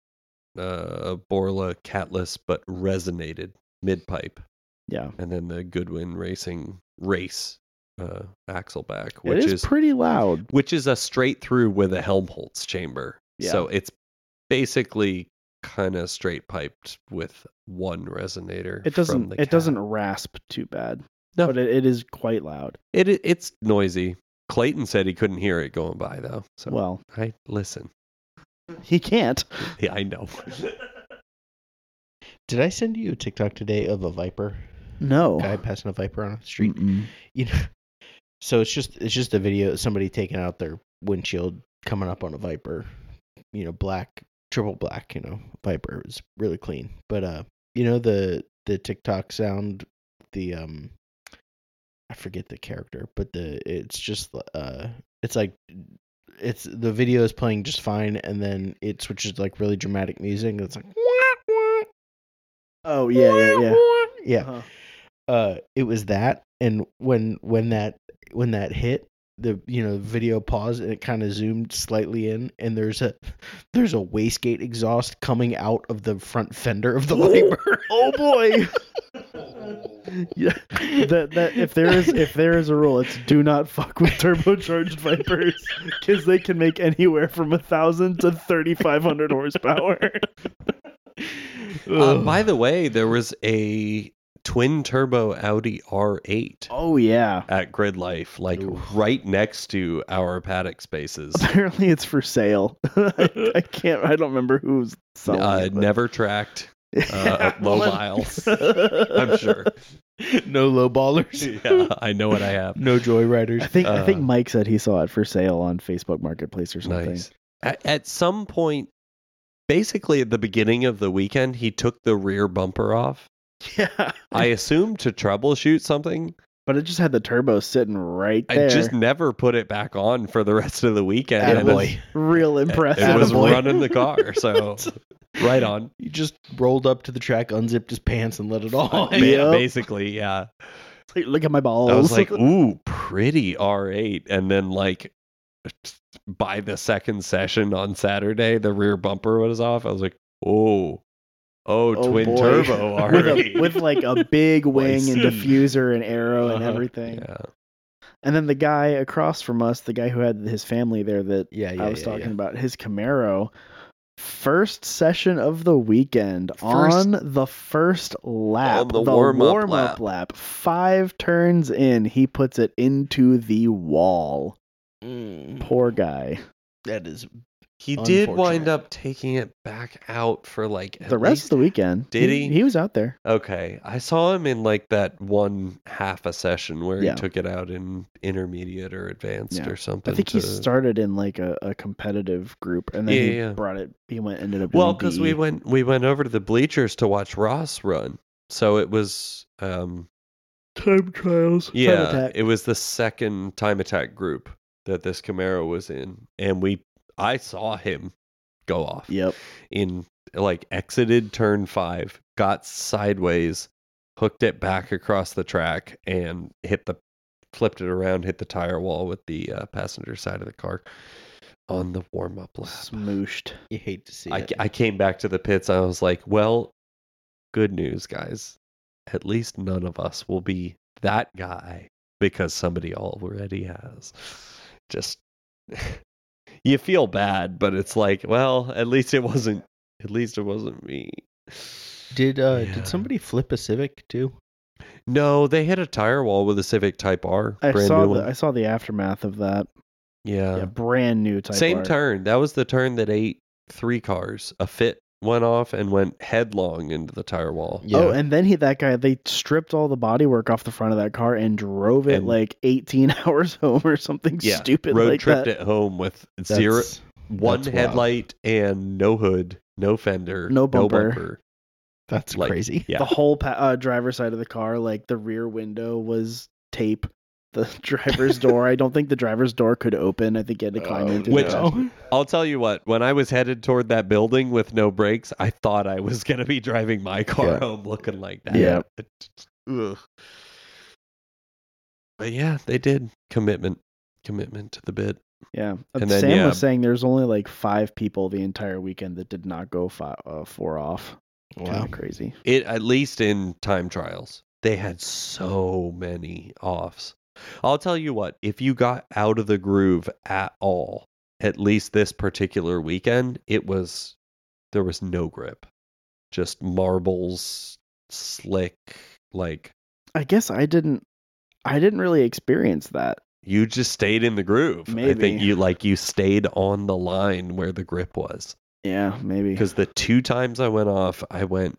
uh, Borla catless, but resonated mid pipe, Yeah, and then the Goodwin Racing race uh, axle back, it which is, is pretty loud. which is a straight through with a Helmholtz chamber. Yeah. So it's basically kind of straight piped with one resonator. It from doesn't the it cat. doesn't rasp too bad. No. but it, it is quite loud. It it- it's noisy. Clayton said he couldn't hear it going by though. So Well, I listen. [laughs] he can't. Yeah, I know. did I send you a TikTok today of a viper No. guy passing a viper on a street. Mm-mm. You know, [laughs] so it's just it's just a video of somebody taking out their windshield coming up on a viper. You know, black triple black. You know, viper is really clean. But uh, you know the the TikTok sound the um. I forget the character, but the it's just uh it's like it's the video is playing just fine and then it switches to like really dramatic music and it's like Oh yeah, yeah, yeah. yeah Uh-huh. uh it was that and when when that when that hit the you know video paused and it kind of zoomed slightly in and there's a [laughs] there's a wastegate exhaust coming out of the front fender of the Viper. [laughs] Oh boy. yeah. [laughs] That that if there is if there is a rule, it's do not fuck with turbocharged vipers because they can make anywhere from a thousand to thirty five hundred horsepower. Oh, uh, by the way, there was a twin turbo Audi R8 Oh yeah. at Grid Life, like Oof. right next to our paddock spaces. Apparently it's for sale. [laughs] I, I can't. I don't remember who's selling Uh, it. but- never tracked. uh, low Well, [laughs] miles. I'm sure. no low ballers Yeah, [laughs] I know what I have. no I joyriders think I think Uh, Mike said he saw it for sale on Facebook Marketplace or something. Nice. At, at some point, basically at the beginning of the weekend, he took the rear bumper off. [laughs] Yeah. I assumed to troubleshoot something. but it just had the turbo sitting right there. I just never put it back on for the rest of the weekend. Atta and it [laughs] was- boy. Real impressive. It was Attaboy. running the car, so right on. he just rolled up to the track unzipped his pants and let it all Ba- hang. Yep. Basically, yeah. Like, Look at my balls. I was like, [laughs] ooh, pretty R8. And then, like, by the second session on Saturday, the rear bumper was off. I was like, oh, oh, Oh, twin boy. turbo [laughs] with, already. a, with like a [laughs] big wing see. and diffuser and arrow and Uh-huh. [laughs] everything. Yeah. And then the guy across from us, the guy who had his family there that Yeah, yeah, I was yeah, talking yeah. about, his Camaro, first session of the weekend First- on the first lap, On the warm-up warm-up lap. lap, five turns in, he puts it into the wall. Hmm. Mm, Poor guy. that is He did Unfortunate. wind up taking it back out for like at the rest least- of the weekend, Did he? He was out there. Okay, I saw him in like that one half a session where Yeah. he took it out in intermediate or advanced Yeah. or I something. think he to- started in like a, a competitive group, and then Yeah, he yeah, yeah. brought it. He went ended up. Well, because because we went we went over to the bleachers to watch Ross run, so it was um time trials. yeah it was the second time attack group that this Camaro was in, and we I saw him go off Yep. in like exited turn five, got sideways, hooked it back across the track, and hit the flipped it around, hit the tire wall with the uh, passenger side of the car on the warm up lap. Smooshed. you hate to see I, it. I came back to the pits. I was like, well, good news, guys. At least none of us will be that guy because somebody already has. Just [laughs] you feel bad, but it's like, well, at least it wasn't. At least it wasn't me. did uh Yeah. did somebody flip a Civic too? No, they hit a tire wall with a Civic Type R, I brand saw new the one. I saw the aftermath of that. yeah, yeah, brand new type. same R. turn. That was the turn that ate three cars. A fit went off and went headlong into the tire wall. Yeah. Oh, and then he that guy they stripped all the bodywork off the front of that car and drove it And- like 18 [laughs] hours home or something Yeah, stupid road like tripped that. at home with zero That's- one that's wild. headlight and no hood no fender No bumper. That's Like- crazy. yeah The whole pa- uh, driver's side of the car, like the rear window was tape. The [laughs] [laughs] driver's door. I don't think the driver's door could open. I think he had to climb Oh, into Uh, Which- it. no. i'll tell you what when i was headed toward that building with no brakes i thought i was going to be driving my car Yeah. home looking like that Yeah. It just- ugh. but yeah they did commitment commitment to the bid Yeah. Uh, And then, Sam yeah. was saying there's only like five people the entire weekend that did not go fi- uh, four off. Kind Wow. of crazy. it at least in time trials they had so many offs i'll tell you what if you got out of the groove at all at least this particular weekend it was there was no grip just marbles slick like I guess I didn't. I didn't really experience that. you just stayed in the groove i Maybe. think you like you stayed on the line where the grip was Yeah, maybe. because the two times I went off, I went,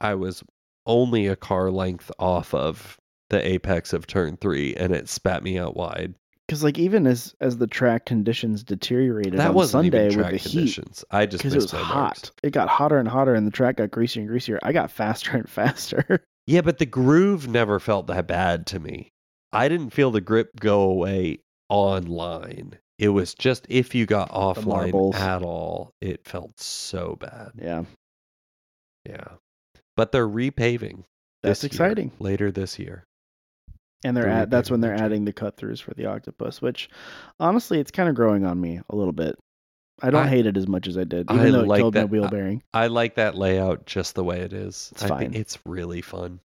I was only a car length off of the apex of turn three, and it spat me out wide. because like even as as the track conditions deteriorated that on wasn't Sunday even track with the heat conditions. I just because missed it was my hot, marks. it got hotter and hotter, and the track got greasier and greasier. I got faster and [laughs] faster. Yeah, but the groove never felt that bad to me. I didn't feel the grip go away online. It was just if you got offline marbles. at all, it felt so bad. yeah, Yeah. But they're repaving. this that's year, exciting. later this year. And they're They're at, that's when they're redoing the adding the cut throughs for the octopus, which honestly, it's kind of growing on me a little bit. I don't I- hate it as much as I did, I even though it like killed my that- uh, wheel I- bearing. I like that layout just the way it is. It's I fine. think it's really fun.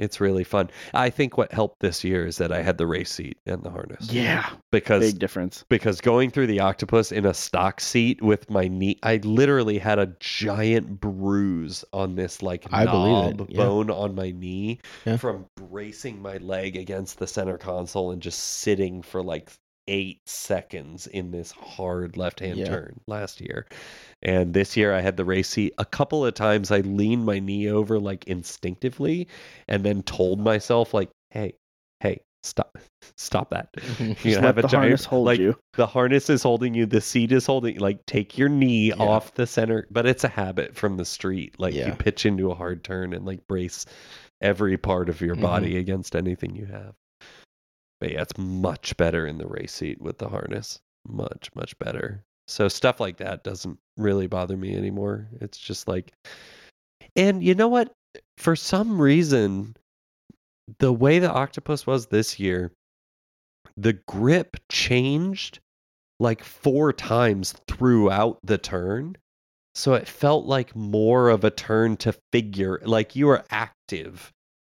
It's really fun. I think what helped this year is that I had the race seat and the harness. Yeah, Because big difference. because going through the octopus in a stock seat with my knee I literally had a giant bruise on this like I believe it, knob yeah. bone on my knee Yeah. from bracing my leg against the center console and just sitting for like eight seconds in this hard left hand Yeah. turn last year. And this year I had the race seat. A couple of times I leaned my knee over like instinctively and then told myself like, hey, hey, stop stop that. You Just let the harness hold like you. the harness is holding you, the seat is holding like take your knee Yeah. off the center. But it's a habit from the street. Like you Yeah. pitch into a hard turn and like brace every part of your Mhm. body against anything you have. But yeah, it's much better in the race seat with the harness. Much, much better. So stuff like that doesn't really bother me anymore. It's just like and you know what? For some reason, the way the octopus was this year, the grip changed like four times throughout the turn. So it felt like more of a turn to figure, like you were active.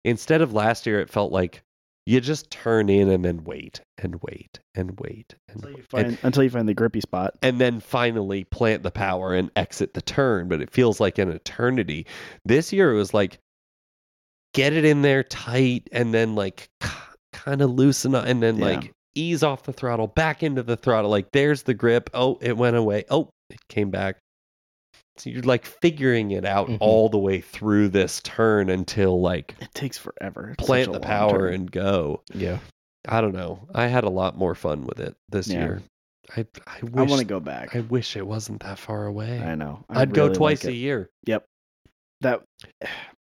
Instead of last year, it felt like you just turn in and then wait and wait and wait and Until you wait. find, until you find the grippy spot. and then finally plant the power and exit the turn, but it feels like an eternity. This year it was like get it in there tight and then like kind of loosen up and then Yeah. like ease off the throttle, back into the throttle. Like there's the grip. Oh, it went away. Oh, it came back. So you're like figuring it out Mm-hmm. Mhm. all the way through this turn until like It takes forever. It's plant such a the long power turn. and go. Yeah. I don't know. I had a lot more fun with it this Yeah. year. I I I wish want to go back. I wish it wasn't that far away. I know. I I'd really go like twice it. a year That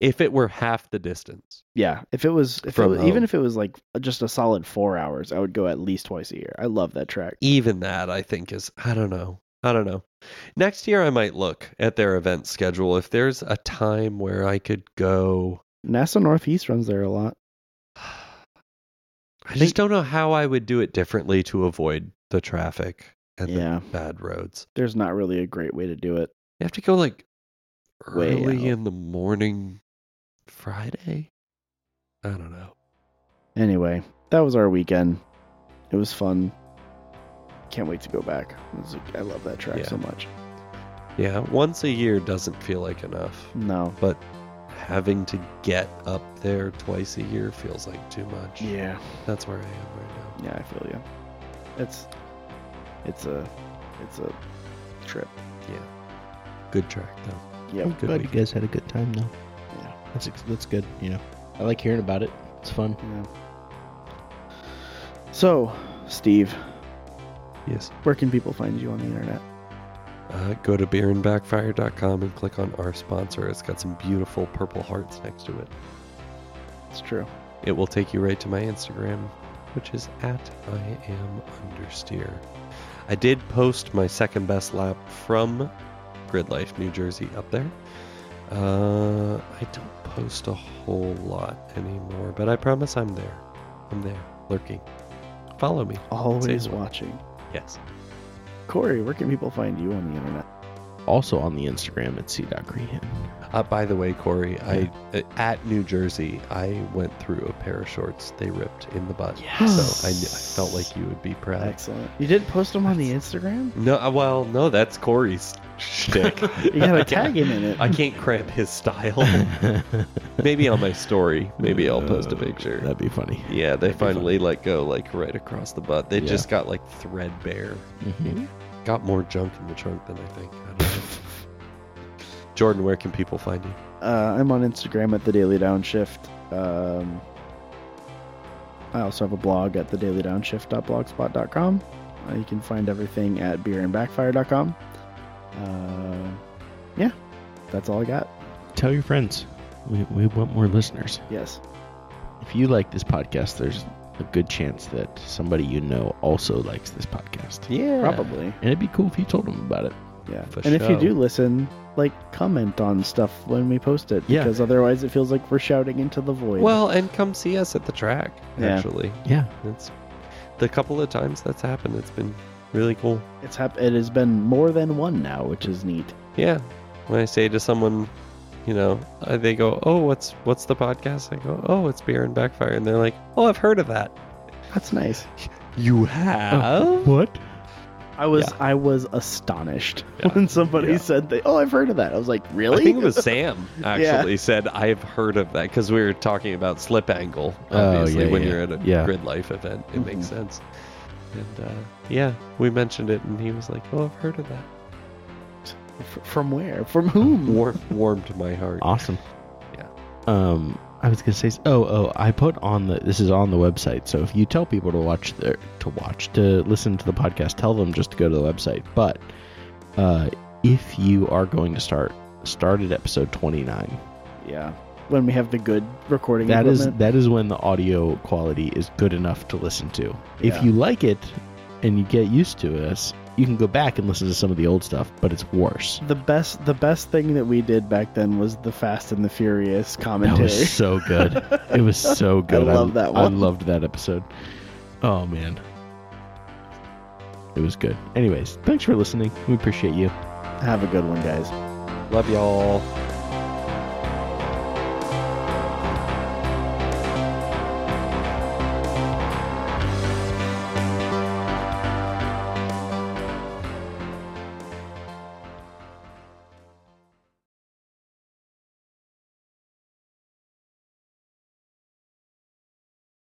if it were half the distance. yeah. If it was, if it From was even home. if it was like just a solid four hours, I would go at least twice a year. I love that track. Even that, I think, is I don't know. I don't know. Next year, I might look at their event schedule. If there's a time where I could go, [sighs] NASA Northeast runs there a lot. I just don't know how I would do it differently to avoid the traffic and Yeah. the bad roads. There's not really a great way to do it. You have to go like Way early out. in the morning, Friday. I don't know. Anyway, that was our weekend. It was fun. Can't wait to go back. It was- I love that track Yeah. so much. Yeah, once a year doesn't feel like enough. No. but having to get up there twice a year feels like too much. Yeah. That's where I am right now. Yeah, I feel you. It's it's a it's a trip. Good track though. Yeah. Good Glad week. you guys had a good time though. Yeah. That's ex- that's good. You know, I like hearing about it. It's fun. yeah. So, Steve, Yes. where can people find you on the internet? Uh, go to beerandbackfire.com and click on our sponsor. It's got some beautiful purple hearts next to it. It's true. It will take you right to my Instagram, which is at I am understeer. I did post my second best lap from Grid Life, New Jersey, up there. Uh, I don't post a whole lot anymore, but I promise I'm there. I'm there, lurking. Follow me. Always Same. watching. Yes. Corey, where can people find you on the internet? Also on the Instagram at c.crehan. Uh, by the way, Corey, I uh, at New Jersey, I went through a pair of shorts they ripped in the butt. So I, kn- I felt like you would be proud. Excellent. You didn't post them on the Instagram? No, uh, well, no, that's Corey's shtick. You gotta tag him in [laughs] it. I can't cramp his style. Maybe on my story. Maybe I'll post a picture. Uh, That'd be funny. Oh, Yeah, they that'd be finally let go like right across the butt. They Yeah. just got like threadbare. Mhm. Got more junk in the trunk than I think. I don't know. Jordan, where can people find you? Uh, I'm on Instagram at the Daily Downshift. Um, I also have a blog at thedailyDownshift.blogspot.com. Uh, you can find everything at beerandbackfire.com. Uh, yeah, that's all I got. Tell your friends. We, we want more listeners. Yes, If you like this podcast, there's a good chance that somebody you know also likes this podcast. Yeah, probably. And it'd be cool if you told them about it. Yeah. For and if you sure. do listen, like comment on stuff when we post it Yeah. because otherwise it feels like we're shouting into the void. Well, and come see us at the track. Yeah. Actually, Yeah. it's the couple of times that's happened. It's been really cool. it's hap- it has been more than one now, which is neat. Yeah. When I say to someone, you know, uh, they go, "Oh, what's what's the podcast?" I go, "Oh, it's Beer and Backfire," and they're like, "Oh, I've heard of that." Oh, That's nice. You have? Oh, what? I was Yeah. I was astonished [laughs] Yeah. when somebody Yeah. said they, "Oh, I've heard of that." I was like, "Really?" I think it was Sam actually said, "I've heard of that," because we were talking about slip angle. Oh, Obviously, yeah, when yeah, you're at a yeah. Mm-hmm. grid life event, it Mhm. makes sense. And uh, yeah, we mentioned it, and he was like, "Oh, I've heard of that." F- from where? From whom? Warm, [laughs] warmed my heart. Awesome. Yeah. Um, I was gonna say, s- oh, oh, I put on the. This is on the website, so if you tell people to watch their to watch to listen to the podcast, tell them just to go to the website. But uh, if you are going to start, start at episode twenty nine. yeah. When we have the good recording That is equipment. that is when the audio quality is good enough to listen to. Yeah. If you like it and you get used to us, you can go back and listen to some of the old stuff, but it's worse. the best the best thing that we did back then was the Fast and the Furious That commentary. [laughs] was so good. it was so good. love that I one. loved that episode. Oh man. It was good. Anyways, thanks for listening. We appreciate [laughs] you. [laughs] Have a good one, guys. Love y'all.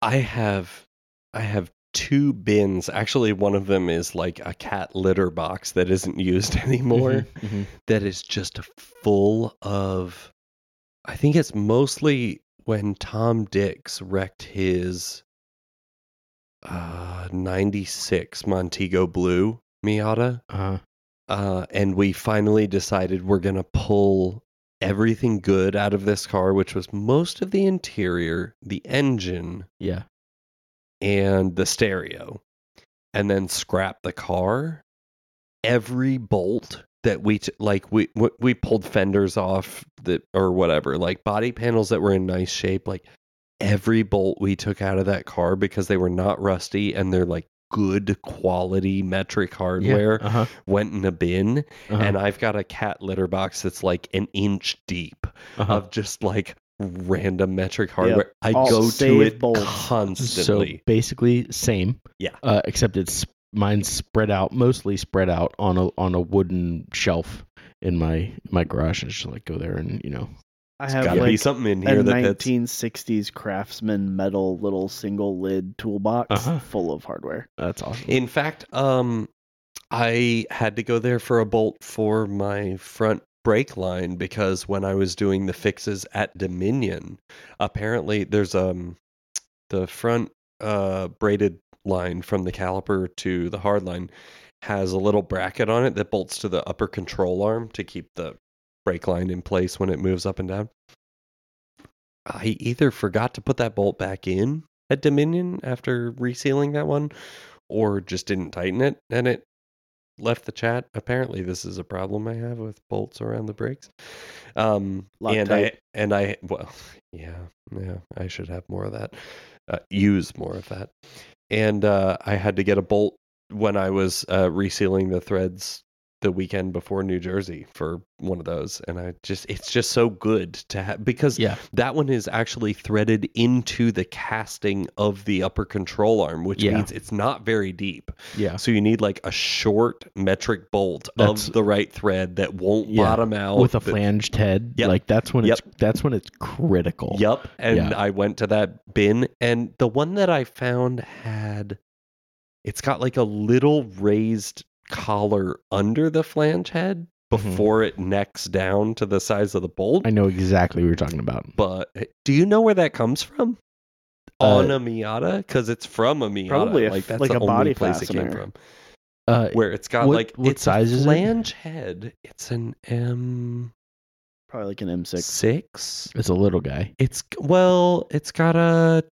I have I have two bins. Actually, one of them is like a cat litter box that isn't used [laughs] [laughs] anymore Mm-hmm. Mhm, mhm. that is just full of I think it's mostly when Tom Dix wrecked his uh 96 Montego Blue Miata Uh, uh, and we finally decided we're going to pull everything good out of this car, which was most of the interior, the engine, yeah. and the stereo, and then scrap the car. Every bolt that we t- like, we we- we pulled fenders off the or whatever, like body panels that were in nice shape, like. Every bolt we took out of that car because they were not rusty and they're like good quality metric hardware Yeah. Uh-huh. went in a bin uh-huh, and I've got a cat litter box that's like an inch deep uh-huh. of just like random metric hardware. I All go to save it bolts. So- constantly. So basically, same. Yeah. Uh, except it's mine's spread out, mostly spread out on a on a wooden shelf in my my garage. I just like go there and you know. I There's have gotta be like something in a here that that's 1960s craftsman metal little single lid toolbox Uh-huh. full of hardware. That's awesome. in fact, um I had to go there for a bolt for my front brake line because when I was doing the fixes at Dominion, apparently there's um the front uh braided line from the caliper to the hard line has a little bracket on it that bolts to the upper control arm to keep the brake line in place when it moves up and down. I either forgot to put that bolt back in at Dominion after resealing that one or just didn't tighten it and it left the chat. Apparently this is a problem I have with bolts around the brakes. Um and I Loctite. and I well [laughs] yeah, yeah, I should have more of that. Uh, use more of that. And uh I had to get a bolt when I was uh, resealing the threads the weekend before New Jersey for one of those, and I just it's just so good to have because Yeah. that one is actually threaded into the casting of the upper control arm, which Yeah. means it's not very deep. Yeah. So you need like a short metric bolt That's- of the right thread that won't Yeah. bottom out With a that- flanged head. Yep. Like that's when it's that's when it's critical. Yep. And Yeah. I went to that bin, and the one that I found had, it's got like a little raised collar under the flange head Mhm. before it necks down to the size of the bolt. I know exactly what you're talking about. But eh, do you know where that comes from? Uh, On a Miata, because it's from a Miata. Probably a- like that's like the a only body place it came fastener. from. Uh, Where it's got What- like what it's size a is it? flange head. It's an M Probably like an M6. six. it's a little guy. It's well, it's got a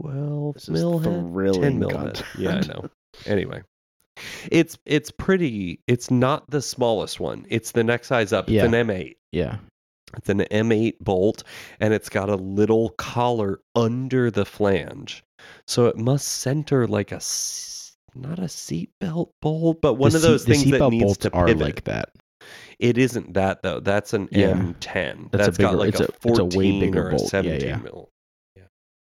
twelve This is mil head, ten thrilling mil [laughs] head. content. [laughs] Yeah, I know. Anyway, it's it's pretty. It's not the smallest one. It's the next size up. It's Yeah. an M8. Yeah. It's an M8 bolt, and it's got a little collar under the flange, so it must center like a s- not a seatbelt bolt, but one The of seat- those the things that seatbelt needs bolts to are pivot. like that. It isn't that though. That's an Yeah. M10. That's a That's got bigger- like it's a, a- it's a way 14 bigger or a bolt. Yeah, 17 yeah. mil.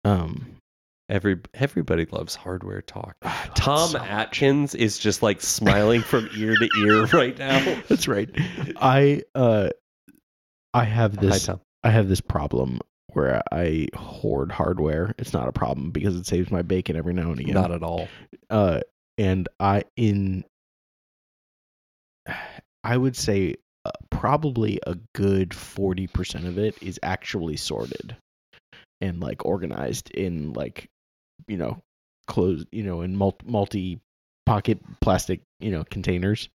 Um. [sighs] Every everybody loves hardware talk. I love it Tom Oh, so [laughs] much. Atkins is just like [laughs] smiling from ear to ear right now. That's right. I uh, I have Hi this Tom. I have this problem where I hoard hardware. It's not a problem because it saves my bacon every now and again. Not at all. uh, and I in I would say uh, probably a good forty percent of it is actually sorted and like organized in like you know closed you know in multi multi pocket plastic you know containers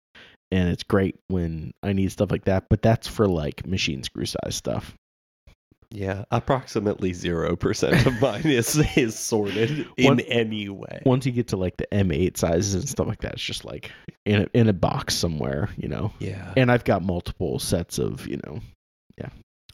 and it's great when i need stuff like that but that's for like machine screw size stuff Yeah, approximately zero percent of mine is is sorted in One- any way. once you get to like the M8 sizes and stuff like that, it's just like in a, in a box somewhere, you know. yeah. And I've got multiple sets of, you know,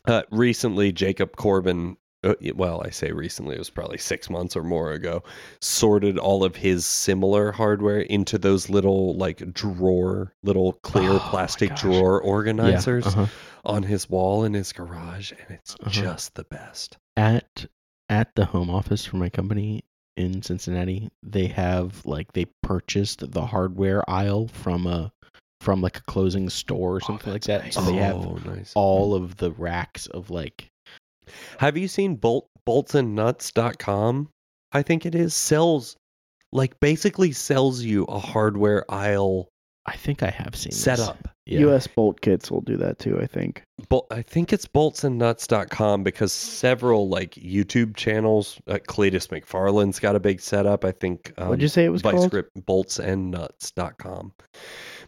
Uh, recently, Jacob Corbin uh, y- well, I say recently, it was probably six months or more ago, sorted all of his similar hardware into those little, like, drawer, little clear Oh my plastic gosh. drawer organizers Yeah, uh-huh. on his wall in his garage. And it's Uh-huh. just the best. at at the home office for my company in Cincinnati, they have like they purchased the hardware aisle from a from like a closing store or something like that. that's So they have oh, nice. all of the racks of like Have you seen bolt boltsandnuts.com? I think it is sells like basically sells you a hardware aisle I think I have seen this. setup. Yeah. U.S. bolt kits will do that too. I think. Bol- I think it's boltsandnuts.com because several like YouTube channels, uh, Cletus McFarland's got a big setup. I think um, What'd you say it was called? Vice boltsandnuts.com.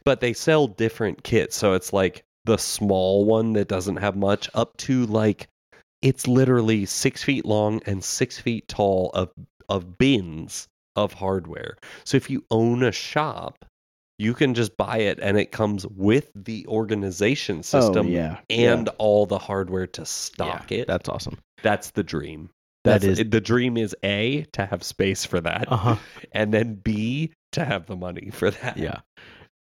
But they sell different kits. So it's like the small one that doesn't have much up to like it's literally six feet long and six feet tall of of bins of hardware. So if you own a shop, you can just buy it and it comes with the organization system oh yeah. and all the hardware to stock Yeah, it. That's awesome. That's the dream. That That's, is- the dream is A to have space for that Uh huh. and then B to have the money [laughs] for that. yeah.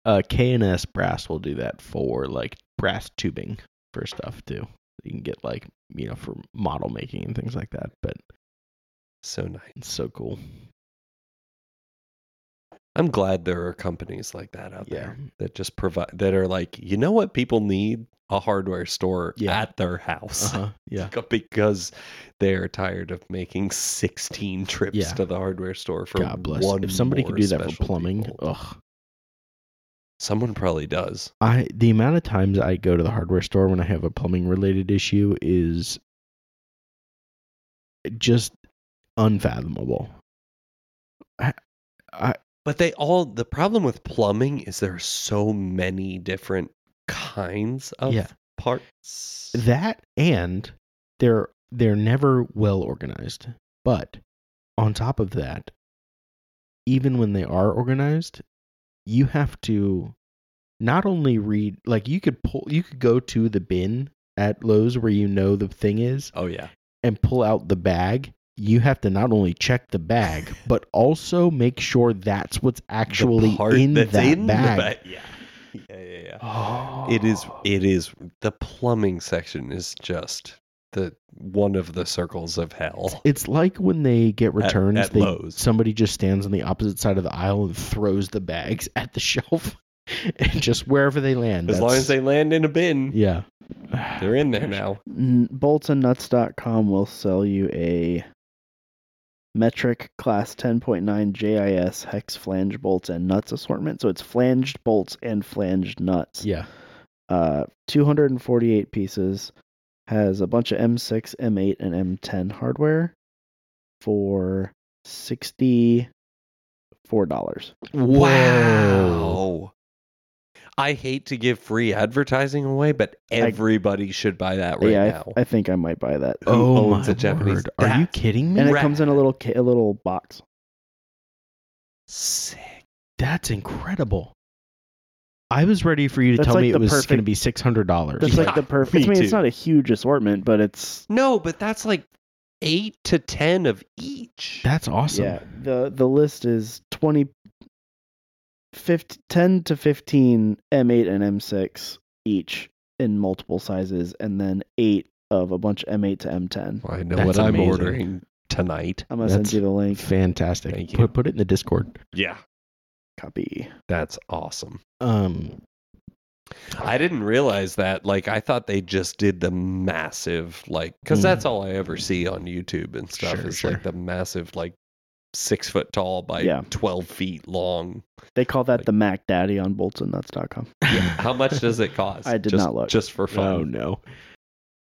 Uh, K&S Brass will do that for like brass tubing for stuff too. You can get like you know for model making and things like that. But So nice. it's so cool. [laughs] I'm glad there are companies like that out Yeah. there that just provide that are like, you know what people need? A hardware store Yeah. at their house. [laughs] Uh huh. Yeah. Because they're tired of making 16 trips Yeah. to the hardware store for God bless. one If somebody could more do that for specialty plumbing, bolt. ugh. Someone probably does. I the amount of times I go to the hardware store when I have a plumbing related issue is just unfathomable. I, I But they all the problem with plumbing is there are so many different kinds of Yeah. parts. that and they're they're never well organized. But on top of that, even when they are organized, you have to not only read like you could pull you could go to the bin at Lowe's where you know the thing is oh yeah. and pull out the bag, you have to not only check the [laughs] bag, but also make sure that's what's The actually part in that's that in the bag. ba- yeah. Yeah, yeah, yeah. Oh. [gasps] It is it is the plumbing section is just the one of the circles of hell. It's like when they get returns, at they, Lowe's. somebody just stands on the opposite side of the aisle and throws the bags [laughs] at the shelf, and just wherever they land. As long that's- as they land in a bin, yeah, they're in there now. N- boltsandnuts.com will sell you a metric class 10.9 JIS hex flange bolts and nuts assortment. So it's flanged bolts and flanged nuts. Yeah, Uh, 248 pieces, has a bunch of M6, M8, and M10 hardware for $64. Wow. I hate to give free advertising away, but everybody should buy that right yeah, I- now. I, think I might buy that. Who oh owns my a Japanese- word! Are you That's- kidding me? And it Rad. comes in a little ca- a little box. Sick. That's incredible. I was ready for you to That's tell like me it the was perfect- going to be six hundred dollars. That's Yeah, like the perfect. [laughs] me I mean, too. it's not a huge assortment, but it's No, but that's like eight to ten of each. That's awesome. yeah. The the list is 20 50 10 to 15 M8 and M6 each in multiple sizes and then 8 of a bunch of M8 to M10. I know That's what I'm amazing. ordering tonight. I'm going to send That's you the link. Fantastic. Thank you. Put put it in the Discord. Yeah. Copy. That's awesome. Um I didn't realize that. Like, I thought they just did the massive, like, because Mm. that's all I ever see on YouTube and stuff Sure, is sure. like the massive, like, six foot tall by Yeah. 12 feet long. They call that Like- the Mac Daddy on boltsandnuts.com. [laughs] How much does it cost? I did Just- not look. Just for Oh fun. no.